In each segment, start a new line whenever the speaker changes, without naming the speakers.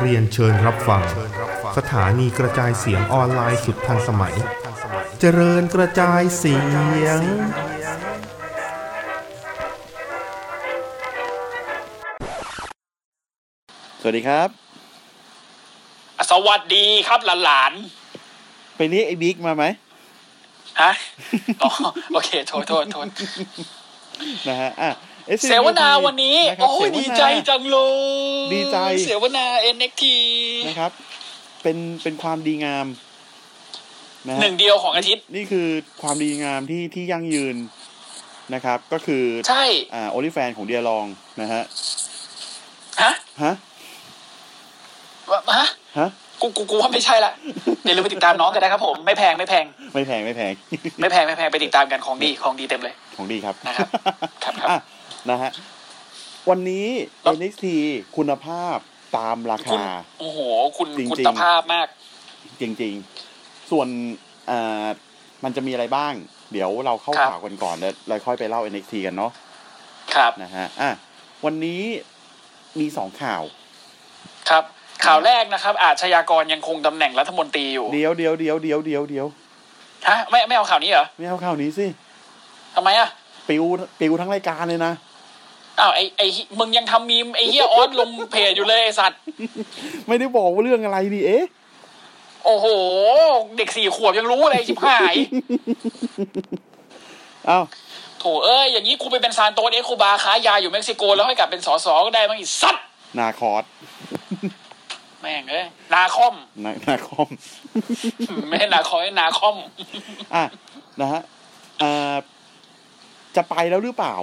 เรียนเชิญรับฟัง สถานีกระจายเสียงออนไลน์สุดทันสมัย เจริญกระจายเสียง
สวัสดีครับ
สวัสดีครับหลาน
ไปเรียกไอ้บิ๊กมาไหม
ๆฮะอ๋อโอเค โทษโทษโทษ
นะฮะอ่ะ SCP
เสวนาวันนี้
ะครับ
โอ้ย
เสวนา
ดีใจจังเลย
ดีใจ
เสวนา NXT
นะครับ เป็นเป็นความดีงามนะฮะ
หนึ่งเดียวของอาทิตย์
นี่คือความดีงามที่ที่ยั่งยืนนะครับ ก็คือ
ใช่
อ่าโอลิแฟนของเดียลองนะฮะ
ฮะ
ฮะ
วะฮะ
ฮะ
กูกูกูว่าไม่ใช่ละเดี๋ยวลืมไปติดตามน้องกันนะครับผมไม่แพงไม่แพง
ไม่แพงไม่แพง
ไม่แพงไม่แพงไปติดตามกันของดีของดีเต็มเลย
ของดีครับ
นะครับครับครับ
อ่ะนะฮะวันนี้
แล้ว
NXT คุณภาพตามรา
คุณ
คา
โอ้โห คุณ
จริงๆ
คุณภาพมาก
จริงๆ ส่วนอ่ามันจะมีอะไรบ้าง เดี๋ยวเราเข้า
ครับ
ข่าวกันก่อนแล้วแล้วค่อยไปเล่า NXT กันเนาะ
ครับ
นะฮะอ่ะวันนี้มีสองข่าว
ครับ ข่าวแรกนะครับ อาชญากรยังคงตำแหน่งรัฐมนตรีอยู่
เดี๋ยวเดี๋ยวเดี๋ยวเดี๋ยวเดี๋ยวเดี๋ยว
ฮะไม่ไม่เอาข่าวนี้เหรอ
ไม่เอาข่าวนี้สิ
ทำไมอ่ะ
ปิวปิวทั้งรายการเลยนะ
อ้าวไอไอเหี้ยมึงยังทำมีมไอเฮียออสลงเพจอยู่เลยไอสัตว์
ไม่ได้บอกว่าเรื่องอะไรดีเอ๊ะ
โอ้โห เด็กสี่ขวบยังรู้เลยชิบหาย
อ้าว
โถเอ้ย อย่างนี้กูไปเป็นซานโตสเอ็กคูบาค้ายาอยู่เม็กซิโก แล้วให้กลับเป็นสอสอก็ได้มั้งไอีสัตว์
นาคอร์ด
แม่งเอ้ย นาคอม
นานาคอม
ไม่ใช่นาคอยนาคอม
อ่ะนะฮะอ่าจะไปแล้วหรือเปล่า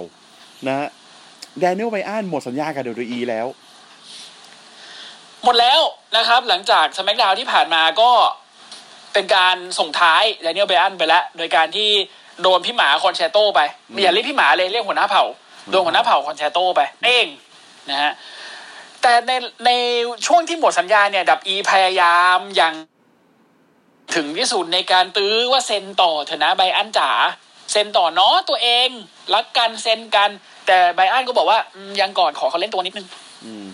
นะฮะแดเนียลไบอันหมดสัญญากับเดอีแล้ว
หมดแล้วนะครับ หลังจากสมักดาวที่ผ่านมาก็เป็นการส่งท้ายแดเนียลเบรอันไปแล้ว โดยการที่โดนพี่หมาคอนแชตโตไปไม่อย่าเรียกพี่หมาเลยเรียกหัวหน้าเผ่าโดนหัวหน้าเผ่าคอนแชตโตไปเองนะฮะแต่ในในช่วงที่หมดสัญญาเนี่ย ดับอีพยายามอย่าง ถึงที่สุดในการตื้อว่าเซ็นต่อเถอะนะไบอันจ๋าเซ็นต่อเนาะตัวเองรักกันเซ็นกัน แต่ไบอันก็บอกว่าอืมยังก่อนขอเขาเล่นตัวนิดนึง
อืม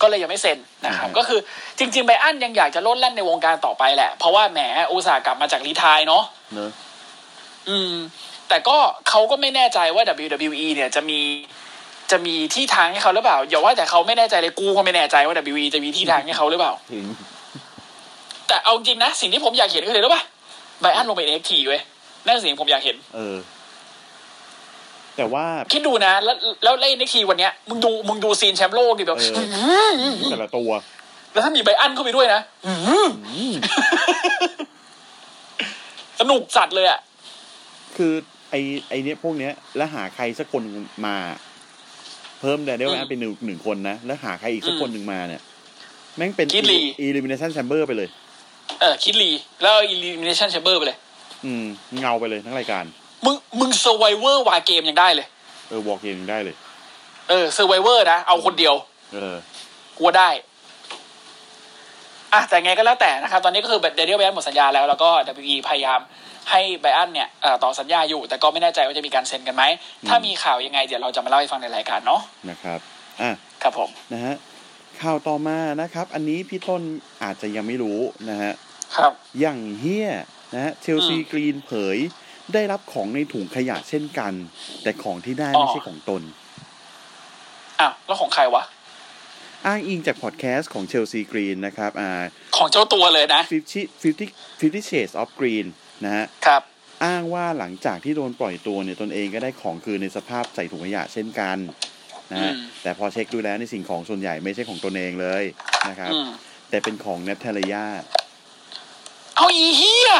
ก็เลยยังไม่เซ็นนะครับ
อืม
ก็คือจริงๆไบอันยังอยากจะโลดแล่นในวงการต่อไปแหละ เพราะว่าแหมอุตส่าห์กลับมาจากรีไทายเนาะ
เนอะ
อืม แต่ก็เขาก็ไม่แน่ใจว่า WWE เนี่ยจะมีจะมีที่ทางให้เขาหรือเปล่า อย่าว่าแต่เขาไม่แน่ใจเลยกูก็ไม่แน่ใจว่า WWE จะมีที่ทางให้เขาหรือเปล่า
ถึง
แต่เอาจริงนะ สิ่งที่ผมอยากเห็นคืออะไรรู้ป่ะไบอันลงไปเอ็กทีเว้ยนั่นคือสิ่งที่ผมอยากเห็น
เออ แต่ว่า
คิดดูนะ แล้วแล้วเล่นเอ็กทีวันเนี้ยมึงดูมึงดูซีนแชมป์โลกดิแบบ
เออ แต่ละตัว
แล้วถ้ามีไบอันเข้าไปด้วยนะ สนุกจัดเลยอะ
คือไอไอเนี้ยพวกเนี้ย แล้วหาใครสักคนมา เพิ่มแดเนียล
อืม
แอนเป็นหนึ่งหนึ่งคนนะ แล้วหาใครอีกสัก
อืม
คนหนึ่งมาเนี่ย แม่งเป็น
คิดลี
อีลิมิเนชันแชมเบอร์ไปเลย
เออคิดลีแล้วเอา elimination chamber ไปเลย
อืม เงาไปเลยทั้งรายการ
มึงมึง survivor วาเกมยังได้เลย
เออวอลเกมยังได้เลย
เออ survivor นะ เอาคนเดียว
เออ
กลัวได้อ่ะแต่ไงก็แล้วแต่นะครับ ตอนนี้ก็คือเดนิเอลไบอันหมดสัญญาแล้ว แล้วก็ WE พยายามให้ไบอันเนี่ยเอ่อต่อสัญญาอยู่ แต่ก็ไม่แน่ใจว่าจะมีการเซ็นกันไหม ถ้ามีข่าวยังไง เดี๋ยวเราจะมาเล่าให้ฟังในรายการเนาะ
นะครับ อ่ะ
ครับผม
นะฮะ ข่าวต่อมานะครับ อันนี้พี่ต้นอาจจะยังไม่รู้นะฮะ
ครับ
อย่างเฮี้ยนะฮะเชลซี
อืม
กรีนเผย ได้รับของในถุงขยะเช่นกัน แต่ของที่ได้ไม่
อ๋อ
ใช่ของตน
อ้าวแล้วของใครวะ
อ้างอิงจากพอดแคสต์ของเชลซีกรีนนะครับอ่า
ของเจ้าตัวเลยนะ
50 50 50 Shades of Green นะฮะ
ครับ
อ้างว่าหลังจากที่โดนปล่อยตัวเนี่ย ตนเองก็ได้ของคืนในสภาพใส่ถุงขยะเช่นกันนะฮะ
อืม
แต่พอเช็คดูแล้วในสิ่งของส่วนใหญ่ไม่ใช่ของตนเองเลยนะครับ
อืม
แต่เป็นของเนปเทเลียา
เอาอีเฮีย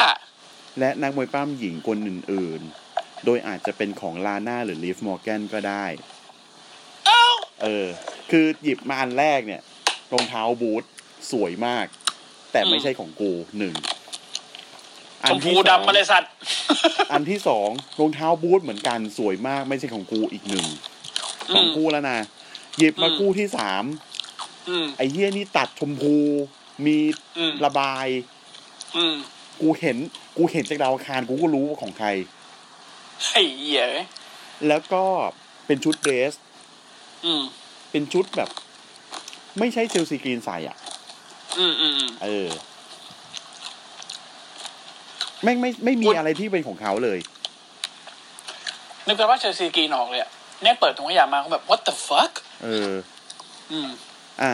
และนักมวยปล้ำหญิงคนอื่นๆ โดยอาจจะเป็นของลาน่าหรือลีฟมอร์แกนก็ได้
เอ้า
เออ คือหยิบมาอันแรกเนี่ย รองเท้าบูทสวยมาก แต่ไม่ใช่ของกูหนึ่ง
ชมพู
ที่สอง
ดำมาเลยสัตว์
อันที่สองรองเท้าบูทเหมือนกันสวยมาก ไม่ใช่ของกูอีกหนึ่งสองคู่แล้วนะ หยิบมา
อืม
คู่ที่สาม
อืม
ไอ้เหี้ยนี่ตัดชมพู มี
อืม
ระบาย
อืม
กูเห็น กูเห็นจากดาวอังคารกูก็รู้ว่าของใคร
ไอ้เหี้ย
แล้วก็เป็นชุดเดรส
อืม
เป็นชุดแบบ ไม่ใช่เชลซีกรีนใส่อ่ะ
อืมอืมอืม
เออแม่งไม่ไม่มี
คุณ
อะไรที่เป็นของเขาเลย
นึกไปว่าเชลซีกรีนออกเลยอะเนี่ยเปิดถุงขยะมาเขาแบบ what the fuck
เออ
อืม
อ่ะ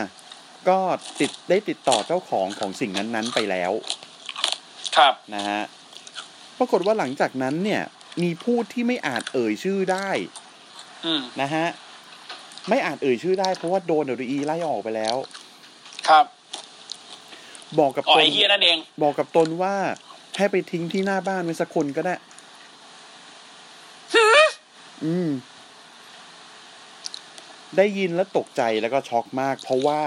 ก็ติดได้ติดต่อเจ้าของของสิ่งนั้นๆไปแล้ว
ครับ
นะฮะ ปรากฏว่าหลังจากนั้นเนี่ย มีผู้ที่ไม่อาจเอ่ยชื่อได้
อืม
นะฮะ ไม่อาจเอ่ยชื่อได้เพราะว่าโดน WWE ไล่ออกไปแล้ว
ครับ
บอกกับ
อ๋อ
ตน
ไอ้เฮียนั่นเอง
บอกกับตนว่าให้ไปทิ้งที่หน้าบ้านไว้สักคนก็ได้ อืม ได้ยินแล้วตกใจแล้วก็ช็อกมาก เพราะว่า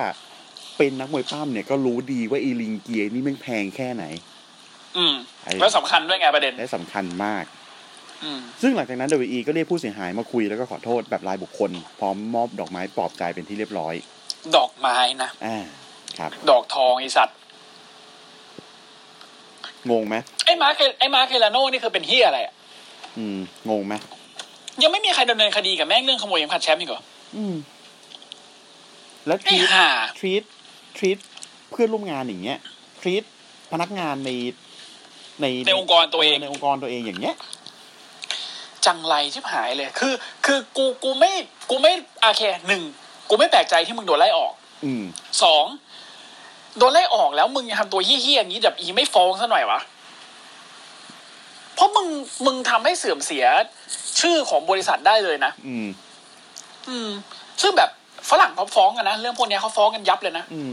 เป็นนักมวยปั้มเนี่ยก็รู้ดีว่าอีลิงเกียนี่แม่งแพงแค่ไหน
อืม
ไอ้
แล้วสำคัญด้วยไงประเด็น
และสำคัญมาก
อืม
ซึ่งหลังจากนั้น WWE ก็เรียกผู้เสียหายมาคุยแล้วก็ขอโทษแบบรายบุคคล พร้อมมอบดอกไม้ปลอบใจเป็นที่เรียบร้อย
ดอกไม้นะ
อ่า ครับ
ดอกทองไอสัตว์
งงไหม
ไอ้มาร์คไอ้มาร์คเคลาโน่นี่คือเป็นเฮียอะไรอะ
อืม งงไหม
ยังไม่มีใครดำเนินคดีกับแม่งเรื่องขโมยเข็มขัดแชมป์อีกเหรอ
อืม แล้วท
ไอ้
รีต
ห่า
ทรีตทรีตเพื่อนร่วมงานอย่างเงี้ยทรีตพนักงานในใน
ในองค์กรตัวเอง
ในองค์กรตัวเองอย่างเงี้ย
จังไรชิบหายเลย คือ คือกูกูไม่กูไม่โอเคหนึ่งกูไม่แปลกใจที่มึงโดนไล่ออก
อืม
สองโดนไล่ออกแล้วมึงยังทำตัวเฮี้ยๆอย่างนี้แบบอีไม่ฟ้องซะหน่อยวะ เพราะมึงมึงทำให้เสื่อมเสียชื่อของบริษัทได้เลยนะ
อืม
อืม ซึ่งแบบฝรั่งเขาฟ้องกันนะ เรื่องพวกเนี้ยเขาฟ้องกันยับเลยนะ
อืม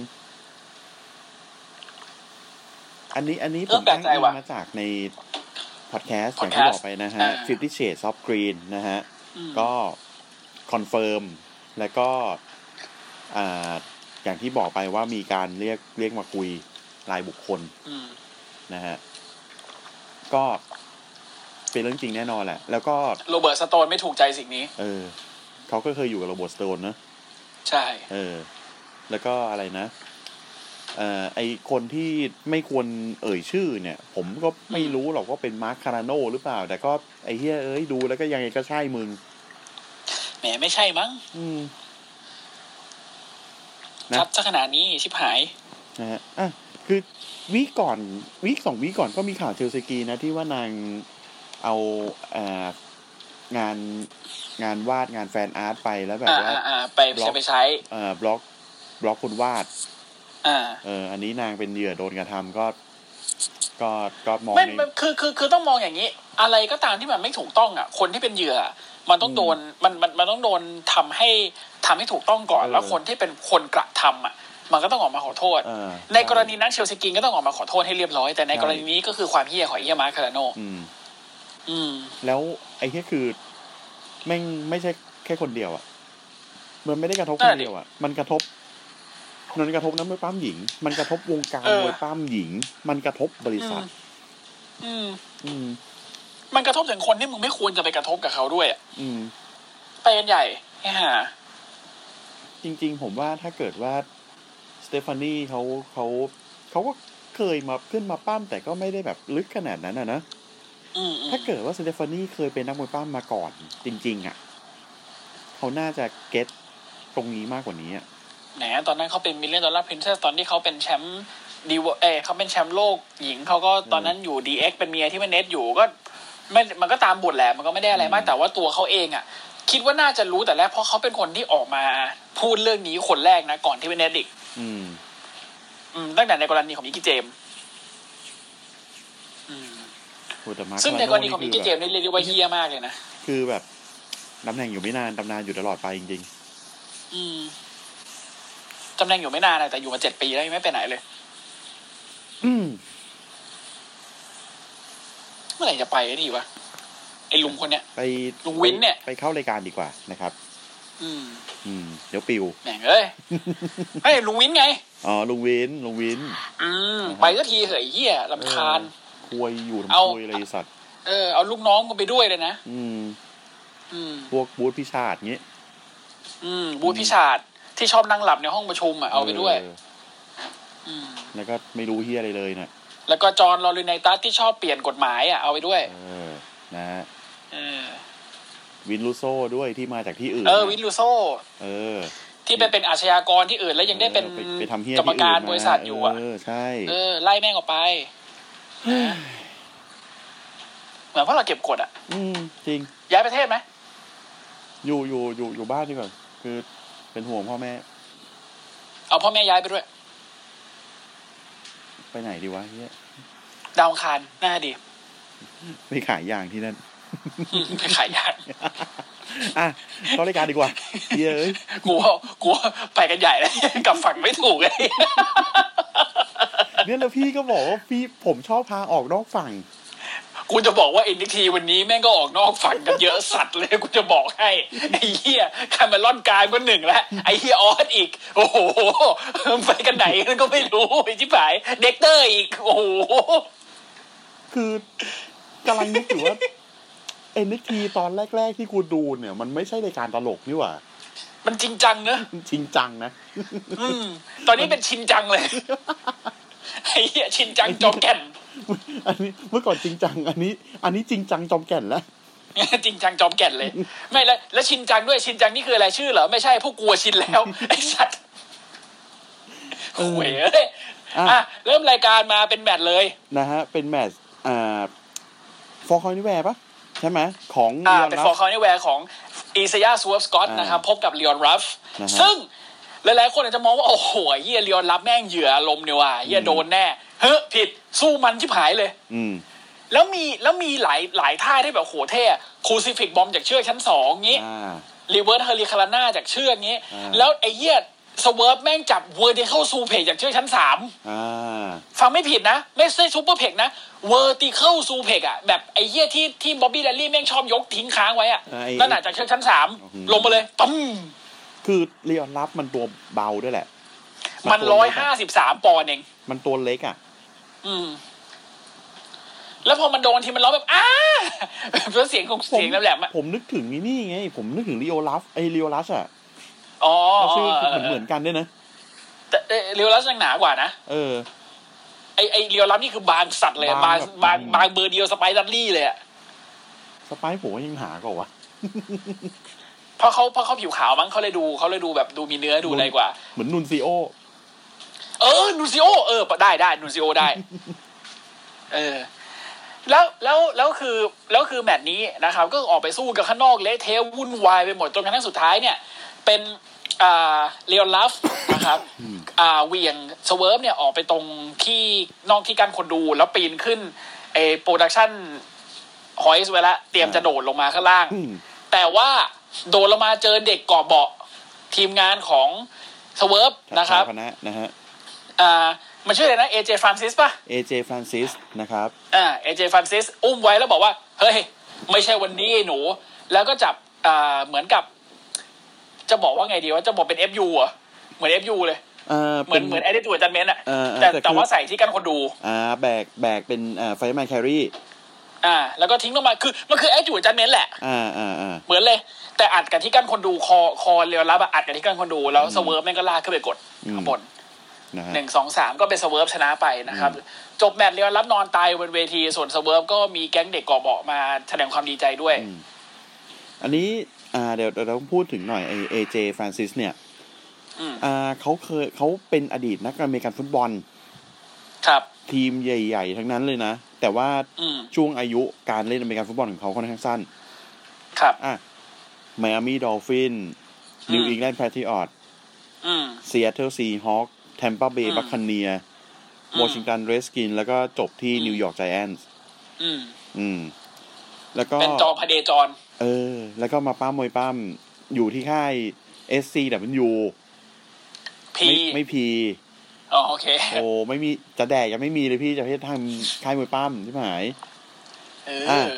อันนี้อันนี้
เอ
ผ
อ
ม
แปลกใจ
อ้างอิ
ว่ะ
งมาจากใน พอดแคสต์อย่าง
Podcast
ที่บอกไปนะฮะ
อ่า
Fifty Shades of Green นะฮะ
อืม
ก็คอนเฟิร์มแล้วก็อ่าอย่างที่บอกไปว่ามีการเรียกเรียกมาคุยรายบุคคล
อืม
นะฮะ ก็เป็นเรื่องจริงแน่นอนแหละ แล้วก็
โรเบิร์ตสโตนไม่ถูกใจสิ่งนี้
เออเขาก็เคยอยู่กับโรบอทสโตนเนอะ
ใช่
เออ แล้วก็อะไรนะ เอ่อ ไอคนที่ไม่ควรเอ่ยชื่อเนี่ย ผมก็ไม่
อืม
รู้หรอกว่าเป็นมาร์คคาราโนหรือเปล่า แต่ก็ไอเฮียเอ้ยดูแล้วก็ยังไงก็ใช่มึง
แหมไม่ใช่มั้ง
อืม นะ
ชัดซะขนาดนี้ชิบหาย
นะฮะ อ่ะ คือวีคก่อนวีคสองวีคก่อนก็มีข่าวเชลซีกรีนะ ที่ว่านางเอาเอ่องานงานวาดงานแฟนอาร์ตไปแล้วแบบ
อ่า
ว่า
อ่าอ่าไป
บล็อก
จะไปใช้
เอ่อบล็อกบล็อกคนวาด
อ่า
เออ อันนี้นางเป็นเหยื่อโดนกระทำก็ ก็ก็มอง
ไม่
ใน
ไม่คือคือ คือต้องมองอย่างนี้ อะไรก็ตามที่มันไม่ถูกต้องอ่ะ คนที่เป็นเหยื่อ มันต้องโดน มัน มัน มันต้องโดนทำให้ทำให้ถูกต้องก่อน
เออ
แล้วคนที่เป็นคนกระทำอ่ะ มันก็ต้องออกมาขอโทษ
เออ
ในกรณีนั้นเชลซีกินก็ต้องออกมาขอโทษให้เรียบร้อย แต่ในกรณีนี้ก็คือความเฮี้ยของเอียมาร์คคาราโน
อืม
อืม
แล้วไอ้ที่คือแม่งไม่ใช่แค่คนเดียวอะมันไม่ได้กระทบค
นั่น
น
ดิ
เดียวอะมันกระทบมันกระทบน้ำมวยปั้มหญิง มันกระทบวงการ
เออ
มวยปั้มหญิง มันกระทบบริษัท
อืม
อืม
มันกระทบถึงคนที่มึงไม่ควรจะไปกระทบกับเขาด้วยอะ
อืม
ไปกันใหญ่แค่หา
จริง ๆ ผมว่าถ้าเกิดว่าสเตฟานีเขาเขาเขาก็เคยมาขึ้นมาปั้มแต่ก็ไม่ได้แบบลึกขนาดนั้นอะนะ
อืมอืม
ถ้าเกิดว่าสเตฟานีเคยเป็นนักมวยปั้มมาก่อน จริง ๆอะเขาน่าจะเก็ตตรงนี้มากกว่านี้อะ
แหมตอนนั้นเขาเป็นมิลเลนดอลลาร์พรินเซสตอนที่เขาเป็นแชมป์ดีวเอยเขาเป็นแชมป์โลกหญิงเขาก็ตอนนั้นอยู่ดีเอ็กเป็นเมียที่มันเน็ตอยู่ก็ไม่มันก็ตามบทแหละมันก็ไม่ได้อะไรมาก แต่ว่าตัวเขาเองอ่ะ คิดว่าน่าจะรู้แต่แรกเพราะเขาเป็นคนที่ออกมาพูดเรื่องนี้คนแรกนะก่อนที่เป็นเน็ตอีก
อืม
อืมตั้งแต่ในกรณีของมิกกี้เจมส์อืม
โอ้แต่มาร์ค
ซึ่งใน
คาาก
รณีของมิกกี้เจมส์
นี่
นี่เรียกได้ว่าเฮี้ยมากเลยนะ
คือแบบ คือแบบตำแหน่งอยู่ไม่นานตำนานอยู่ตลอดไปจริง
อืมตำแหน่งอยู่ไม่นานนะแต่อยู่มาเจ็ดปีแล้วยังไม่ไปไหนเลย
ๆ อืม
เมื่อไหร่จะไปไอ้ทีวะไอ้ลุงคนเนี้ย
ไป
ลุงวินเนี่ย
ไปเข้ารายการดีกว่านะครับ
อืม
อืม เดี๋ยวปิว
แหม่งเอ้ ยไอ้ยลุงวินไง
อ๋อลุงวินลุงวิน
อืม
อ่าฮะ
ไปสัก็ทีเหยเหี้ยลำคาญ
เออคุยอยู่
เอา
คุยอะไรสัตว์
เออเอาลูกน้องมึงไปด้วยเลยนะ
อืม
อืม
พวกบูธพิชาติเงี้ย
อืม บูธพิชาติที่ชอบนั่งหลับในห้องประชุมอ่ะเอาไปด้วย
เออ
อืม
แล้วก็ไม่รู้เฮียอะไรเลยน่ะ
แล้วก็จอห์นลอรินไนตัสที่ชอบเปลี่ยนกฎหมายอ่ะเอาไปด้วย
เออ นะฮะ
เออ
วินลูโซด้วยที่มาจากที่อื่น
เออวินลูโซ
เออ
ที่ไปเป็นอาชญากรที่อื่นแล้วยังได้เป็น
ออไปทำเฮีย
กรรม
ที่อื่น
การบริษัทอยู่อ่ะ
เออใช่
เออไล่แม่งออกไปนะเหมือนพวกเราเก็บกดอ่ะ
ืมจริง
ย้ายประเทศไหม
อยู่อยู่อยู่อยู่บ้านดีกว่าคือเป็นห่วงพ่อแม่
เอาพ่อแม่ย้ายไปด้วย
ไปไหนดีวะเฮีย
ดาวอังคารน่าดี
ไปขายยางที่นั่น
อืมไปขายยาง
อ่ะเข้ารายการดีกว่าเฮียเอ้ย
กูว่ากูว่าไปกันใหญ่แล้ว กลับฝั่งไม่ถูกเลย
เนี่ยแล้วพี่ก็บอกว่าพี่ผมชอบพาออกนอกฝั่ง
กูจะบอกว่าเอ็นทีวันนี้แม่งก็ออกนอกฝั่งกันเยอะ สัตว์เลยกูจะบอกให้ ไอ้เหี้ยคาร์เมลอนกายก็หนึ่งแล้ว ไอ้เหี้ยออสอีก โอ้โห ไปกันไหนก็ไม่รู้ ไอ้ชิบหายเด็กเตอร์อีกโอ้โห
คือกำลังนึกอยู่ว่าเอ็นทีตอนแรก ๆ ที่กูดูเนี่ย มันไม่ใช่รายการตลกนี่หว่า
มันจริงจังเนอะ
จริงจังนะ
อืม ตอนนี้เป็นชินจังเลย ไอ้เหี้ยชินจังจอมแก่น
อันนี้เมื่อก่อนจริงจัง อันนี้ อันนี้จริงจังจอมแก่นแล้ว
จริงจังจอมแก่นเลย ไม่แล้วแล้วชินจังด้วยชินจังนี่คืออะไรชื่อเหรอ ไม่ใช่พวกกลัวชินแล้ว ไอ้สัตว์
เออ
หวยเอ้ย
อ่ะ
อ่ะเริ่มรายการมาเป็นแมตช์เลย
นะฮะ เป็นแมตช์อ่าฟอร์คอยนิแวร์ปะใช่ไหมของ
อ่า
Leon
เป็น
Ruff
ฟอร์คอนแวร์ของอีซยาสวอฟสกอต
อ่าน
นะครับ พบกับเล o อนรัฟ
นะฮะ
ซึ่งหลายๆคนอาจจะมองว่า โอ้โหเฮียเล o อนรัฟแม่งเหยื่ออารมณ์เนี่ยว่ะเฮียโดนแน่ เฮ้ยผิดสู้มันชิบหายเลย
อืม
แล้วมีแล้วมีหลายหลายท่าที่แบบโหเท่คูซิฟิกบอมจากเชือกชั้นสองงี้
อ่า
รีเวิร์สเฮลิคาราน่าจากเชือกนี้
อ่า
แล้วไอ้เหี้ยสเวิร์ฟแม่งจับเวอร์ติเคิลซูเพกจากเชือกชั้นสาม
อ่า
ฟังไม่ผิดนะ ไม่ใช่ซูเปอร์เพกนะเวอร์ติเคิลซูเพกอะแบบไอ้เหี้ยที่ที่บ๊อบบี้แลลลี่แม่งชอบยกทิ้งค้างไว้อะ
ไอ้
นั่นน่ะจากเชือกชั้นสาม
อื้อหือ
ลงมาเลยตึ้ม
คือเรียนรับมันตัวเบาด้วยแหละ
มัน
ตัว
ร้อย
เล็กะ
ห้าสิบสามปอนด์เอง
มันตัวเล็กอ่ะ
อืม แล้วพอมันโดนทีมันร้องแบบอ้าแล้วเสียงขอ
ผ
ง
ม
เสียงแหลมๆอะ
ผมนึกถึงนี่นี่ไง ผมนึกถึงลีโอลัฟไอลีโอลัสอ่ะ
อ๋อ
แล้ว
อ๋
ชื่อ
อ
คือเหมื
เอ
อนเหมื
อ
อนกันด้วยนะ
แต่เอ่อเรียวรัสยังหนากว่านะ
เออ
ไอไอเรียวรับนี่คือบางสัตว์เลยอะ
บา
บา
ง ง
บาง
แบบ
บางเบอร์เดียวสไปดัลลี่เลยอะ
สไปซ์ผมว่ายังหาก็วะ
เพราะเขาเพราะเขาผิวขาวมั้งเขาเลยดูเขาเลยดูแบบดูมีเนื้อ
ดู
ดูอะไรกว่า
เหมือนนุนซีโอ
เออนูซิโอเออได้ได้นูซิโอได้ เออ แล้วแล้วแล้วคือแล้วคือแมตช์นี้นะครับ ก็ออกไปสู้กันข้างนอกเละเทะวุ่นวายไปหมดจนกระทั่งสุดท้ายเนี่ย เป็นอ่าเลออนลัฟนะครับ อ่าเหวียงสเวิร์ฟเนี่ยออกไปตรงที่นอกที่กั้นคนดูแล้วปีนขึ้นไอโปรดักชั่นหอยส์ไว้ละเตรียมจะโดดลงมาข้างล่าง
อืม
แต่ว่าโดดลงมาเจอเด็กเกาะเบาะทีมงานของสเวิร์ฟนะครับ
คณะนะฮะ
อ่ามันชื่ออะไรนะเอเจฟรานซิสป่ะ
AJ Francis นะครับ
อ่าเอเจฟรานซิสอุ้มไว้แล้วบอกว่า เฮ้ย ไม่ใช่วันนี้ไอ้หนู แล้วก็จับอ่าเหมือนกับ จะบอกว่าไงดีว่าจะบอกเป็น FU อ่ะเหมือน FU เลย
เออ
เหมือน
ป็
เหมือนแอดดิจูดจันเมนอ่ะ
เออเออ
แต่
แต่คือ
แต่ว่าใส่ที่กันคนดู
อ่าแบกแบกเป็นอ่าไฟแมนแครี
อ่า แล้วก็ทิ้งลงมาคือมันคือแอดดิจูดจันเมนแหละ
อ่าอ่าอ่า
เหมือนเลย แต่อัดกันที่กันคนดูคอคอเรียวรับอะอัดกันที่กันคนดูแล้วสเวิร์ฟแม่งก็ลากขึ้นไปกดข้างบน
นะฮะ
หนึ่งสองสามก็เป็นสเวิร์ฟชนะไปนะครับ จบแมตช์เรียวรับนอนตายบนเวที ส่วนสเวิร์ฟก็มีแก๊งเด็กก่อเบาะมาแสดงความดีใจด้วย
อันนี้อ่าเดี๋ยวเดี๋ยวเราต้องพูดถึงหน่อยไอ AJ Francis เนี่ย
อืม
อ่าเขาเคยเขาเป็นอดีตนักอเมริกันฟุตบอล
ครับ
ทีมใหญ่ ๆ ทั้งนั้นเลยนะ แต่ว่า
อืม
ช่วงอายุการเล่นอเมริกันฟุตบอลของเขาค่อนข้างสั้น
ครับ
อ่ะไมอามี่ดอลฟินนิวอิงแลนด์แพทริออต
อืม
ซีแอตเทิลซีฮอคแทมปาเบ
อื
ย์
ม
บัคคเนีย
อืม
วอชิงตันเรสกิน แล้วก็จบที่นิวยอร์กไจแอนส์
อืม
อืม แล้วก็
เป็นจอมพเดจร
เออ แล้วก็มาป้ามมวยป้ามอยู่ที่ค่าย SCW
พี
ไม่ไม่พี
อ๋อโอเค
โอ้ไม่มีจะแดกยังไม่มีเลยพี่จะให้ทำค่ายมวยป้ามใช่ไหม
เอ
อ่ะ
อ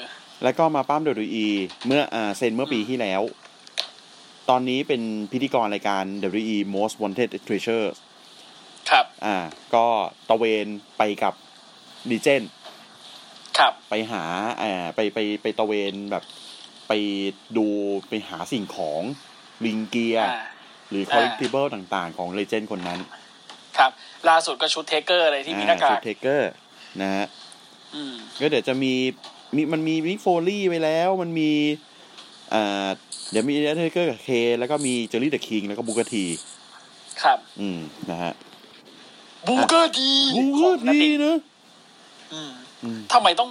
แล้วก็มาป้ามเดอี เมื่ออ่าเซ็นเมื่อปีที่แล้ว ตอนนี้เป็นพิธีกรรายการ WE Most Wanted Treasure
ครับ
อ่า ก็ตะเวนไปกับดีเจน
ครับ
ไปหาอ่าไปไปไปตะเวนแบบ ไปดูไปหาสิ่งของลิงเกีย
อ่า
หรือ
อ่า
collectible ต่างๆ ของเลเจนด์คนนั้น
ครับ ล่าสุดก็ชุดเทเกอร์เลยที่มีหน้ากา
ชุ
ก
ดเทเกอร์นะฮะ
อืม
ก็เดี๋ยวจะมีมีมันมีมิกโฟลี่ไปแล้ว มันมี อ่าเดี๋ยวมีเดนเทเกอร์กับเค แล้วก็มีเจอรี่เดอะคิงแล้วก็บูกที
ครับ
อืมนะฮะ
บูเกอร์ดี
บูก
ของนัก
ที
เตะ
นะ
อืม
อืม
ทำไมต้อง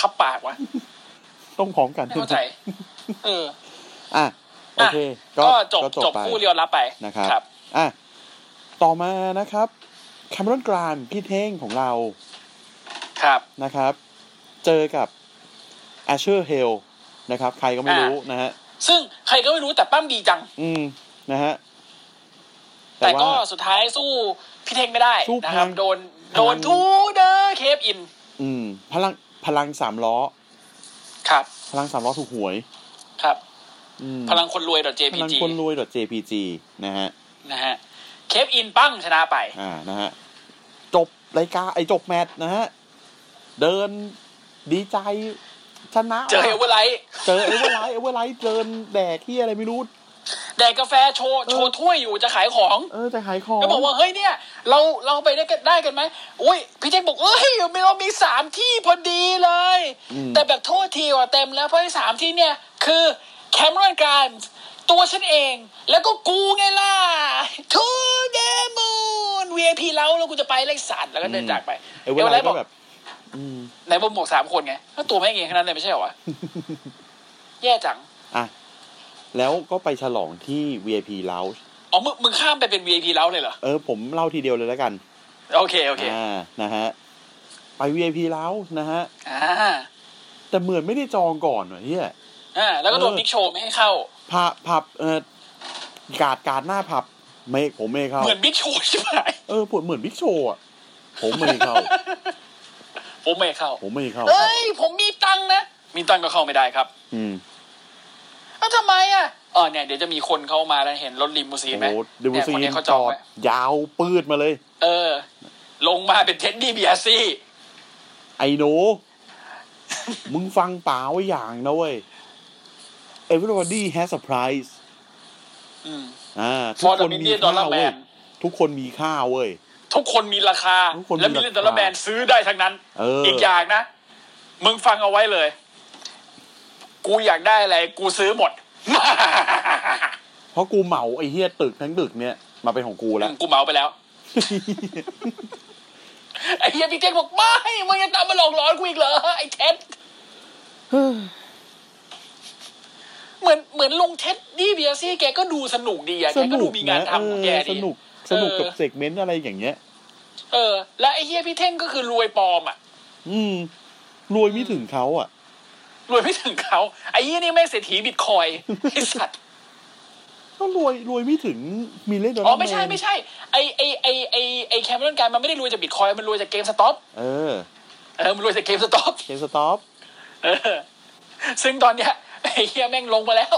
ขับปากวะ
ต้องพร้อมกัน
ไม่เข้าใจ เออ
อ่ะโอเค
ก็จบจบคู่เรียวรับไป
นะครับ
ครับ
อ่ะ ต่อมานะครับแคมรอนกรานพี่เท่งของเรา
ครับ
นะครับ เจอกับแอชเชอร์เฮลนะครับ ใครก็ไม่
อ่ารู้
รู้นะฮะ
ซึ่งใครก็ไม่รู้แต่ปั้มดีจัง
อืม นะฮะ
แต่ก็สุดท้ายสู้พี่เท่งไม่ได้
สู้
นะครั
พั
บ
ง
โดน
พัง
โดนทูเดอร์เคฟอิน
อืม พลังพลังสามล้อ
ครับ
พลังสามล้อถูกหวย
ครับ
อืม
พลังคนรวย
พลัง
.jpg
คนรวย .jpg นะฮะ
นะฮะเคฟอินปั้งชนะไป
อ่า นะฮะ จบรายการไอ้จบแมตช์นะฮะ เดินดีใจ ชนะ
เจอเอเวอร์ไลท์
เจอเอเวอร์ไลท์เอเวอร์ไลท์เดินแดกที่อะไรไม่รู้
แดกกาแฟโชว์โชว์ถ้วยอยู่จะขายของ
เออจะขายของ
ก็บอกว่าเฮ้ยเนี่ย เราเราไปได้กันได้กันไหมอุ้ยพี่เจ๊บอกเอ้ยเรามีสามที่พอดีเลย
อืม
แต่แบบโทษทีว่าเต็มแล้วเพราะไอ้สามที่เนี่ย คือแคมรอนการตัวฉันเอง แล้วก็กูไงล่ะทูเดมูน VIP เราแล้วกูจะไปเลขสัตว์แล้วก็เดินจากไป
ไอ้เวลา
บ
ก็
อก
แบบ อืม
ไหนบอกบอกสามคนไงก็ตัวแม่งเองแค่นั้นเลยไม่ใช่เหรอวะ แย่จัง
อ่ะ แล้วก็ไปฉลองที่ VIP Lounge
อ๋อมึงมึงข้ามไปเป็น VIP เราเลยเหรอ
เออ ผมเล่าทีเดียวเลยแล้วกัน
โอเคโอเค
อ่า นะฮะ ไป VIP Lounge นะฮะ
อ่า
แต่เหมือนไม่ได้จองก่อนเหรอเฮีย
อ่าแล้วก็โดนบิ๊กโชว์ไม่ให้เข้า
ผับผับ เออการ์ดการ์ดหน้าผับ ไม่ผมไม่เข้า
เหมือนบิ๊กโชว์ใช่ไหม
เออปวดเหมือนบิ๊กโชว์อ่ะ ผมไม่ เข้า
ผมไม่เข้า
ผมไม่เข้าครับ
เอ้ย ผมมีตังค์นะ มีตังค์ก็เข้าไม่ได้ครับ
อืม
แล้วทำไมอ่ะเออเนี่ยเดี๋ยวจะมีคนเข้ามาแล้วเห็นรถลิมูซีน
โอ้
ไหม
โหเดวูซี
เนี่ย
น
คนเนี้ยเขา
จ
จ
อ
อด
ดยาวปืดมาเลย
เออ ลงมาเป็นเท็ดดี้เบียร์ซี่
ไอ้หนู มึงฟังป๋าไว้อย่างนะเว้ย everybody has a price
อืม
อ่า
For the million dollar
เว้ย
man
ทุกคนมีค่าเว้ย
ทุกคนมีราคา
ทุกคนมี
และมีเล่นดอลลาร์แมนซื้อได้ทั้งนั้น
เอออี
กอย่างนะ มึงฟังเอาไว้เลย กูอยากได้อะไร กูซื้อหมด
เพราะกูเหมาไอ้เฮียตึกทั้งตึกเนี่ยมาเป็นของกูแล้ว
กูเหมาไปแล้ว ไอ้เฮียพี่เจ๊กบอกไม่มึงยังตามมาหลอกหลอนกูอีกเหรอไอ้เท็ดเหมือนเหมือนลุงเท็ดดี้เบียร์ซี่แกก็ดูสนุกดี อะแกก็ดูมีงานทำของแก
เออส
ดี
นุก สนุก
เออ
กับเซกเมนต์อะไรอย่างเงี้ย
เออ แล้วไอ้เฮียพี่เท่งก็คือรวยปลอมอะ
อืม รวยไม่ถึงเขาอ่ะ
รวยไม่ถึงเขาไอ้เฮียนี่แม่งเศรษฐีบิตคอยน์ไอ้สัต ว์
ก็รวยรวยไม่ถึงมีเล่นดอล
อ๋อ
ลาร์
ไม่ใช่ไม่ใช่ไอ้ไอ้ไอ้ไอ้ไอ้แคมเปญการมันไม่ได้รวยจากบิตคอยน์มันรวยจากเกมสต็อป
เออ
เออมันรวยจากเกมสต็อป
เคสต็อป
เออซึ่งตอนเนี้ยไอ้เฮียแม่งลงมาแล้ว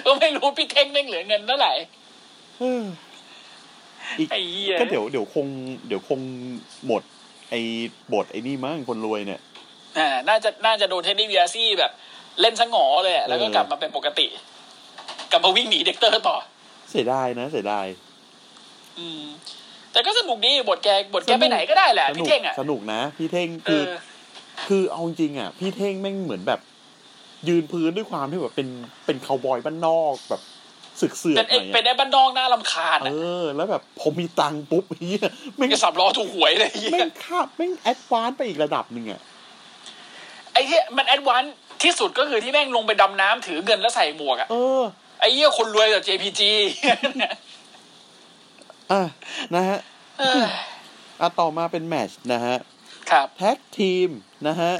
ก็ไม่รู้พี่เท่งแม่งเหลือเงินเท่าไหร่
เออ อีก
ไอ้เฮีย
ก็เดี๋ยวเดี๋ยวคง เดี๋ยวคงหมด ไอ้บทไอ้นี่มั้งคนรวยเนี่ย
อ่าน่าจะน่าจะโดนเทนนิสเวียซี่แบบ เล่นสงอเลยอะแล้วก็กลับมาเป็นปกติ กลับมาวิ่งหนีเด็กเตอร์ต่อ
เสียดายนะเสียดาย
อืม แต่ก็สนุกดีบทแกบทแก
สนุก
ไปไหนก็ได้แหละ
สนุ
พี่
ก
เท่งอ่ะ
สนุกนะ พี่เท่ง
เอ
คือ
อ
คือเอาจริงอ่ะ พี่เท่งแม่งเหมือนแบบ ยืนพื้นด้วยความที่แบบเป็นเป็นคาวบอยบ้านนอกแบบสึกเสือ
เป็
ก
น
ห
ไอ้
น่อย
เป็น
อะ
ไอ้บ้านนอกน่าลำคาญ
เออ
อะ
แล้วแบบผมมีตังค์ปุ๊บ เฮียแม่ง
ไอ้สับล้อถูกหวยเลยไอ้เหี้
แม่
ย
งคาบแม่งแอดวานซ์ไปอีกระดับหนึ่งอ่ะ
ไอ้เฮียมันแอดวานซ์ที่สุดก็คือที่แม่งลงไปดำน้ำถือเงินแล้วใส่หมวกอ่ะ
เออ
ไอ้เฮียคนรวยกับ JPG
อ่ะนะฮะ
เออ
อ่ะต่อมาเป็นแมตชนะฮะ
ครับ
แท็กทีมนะฮะ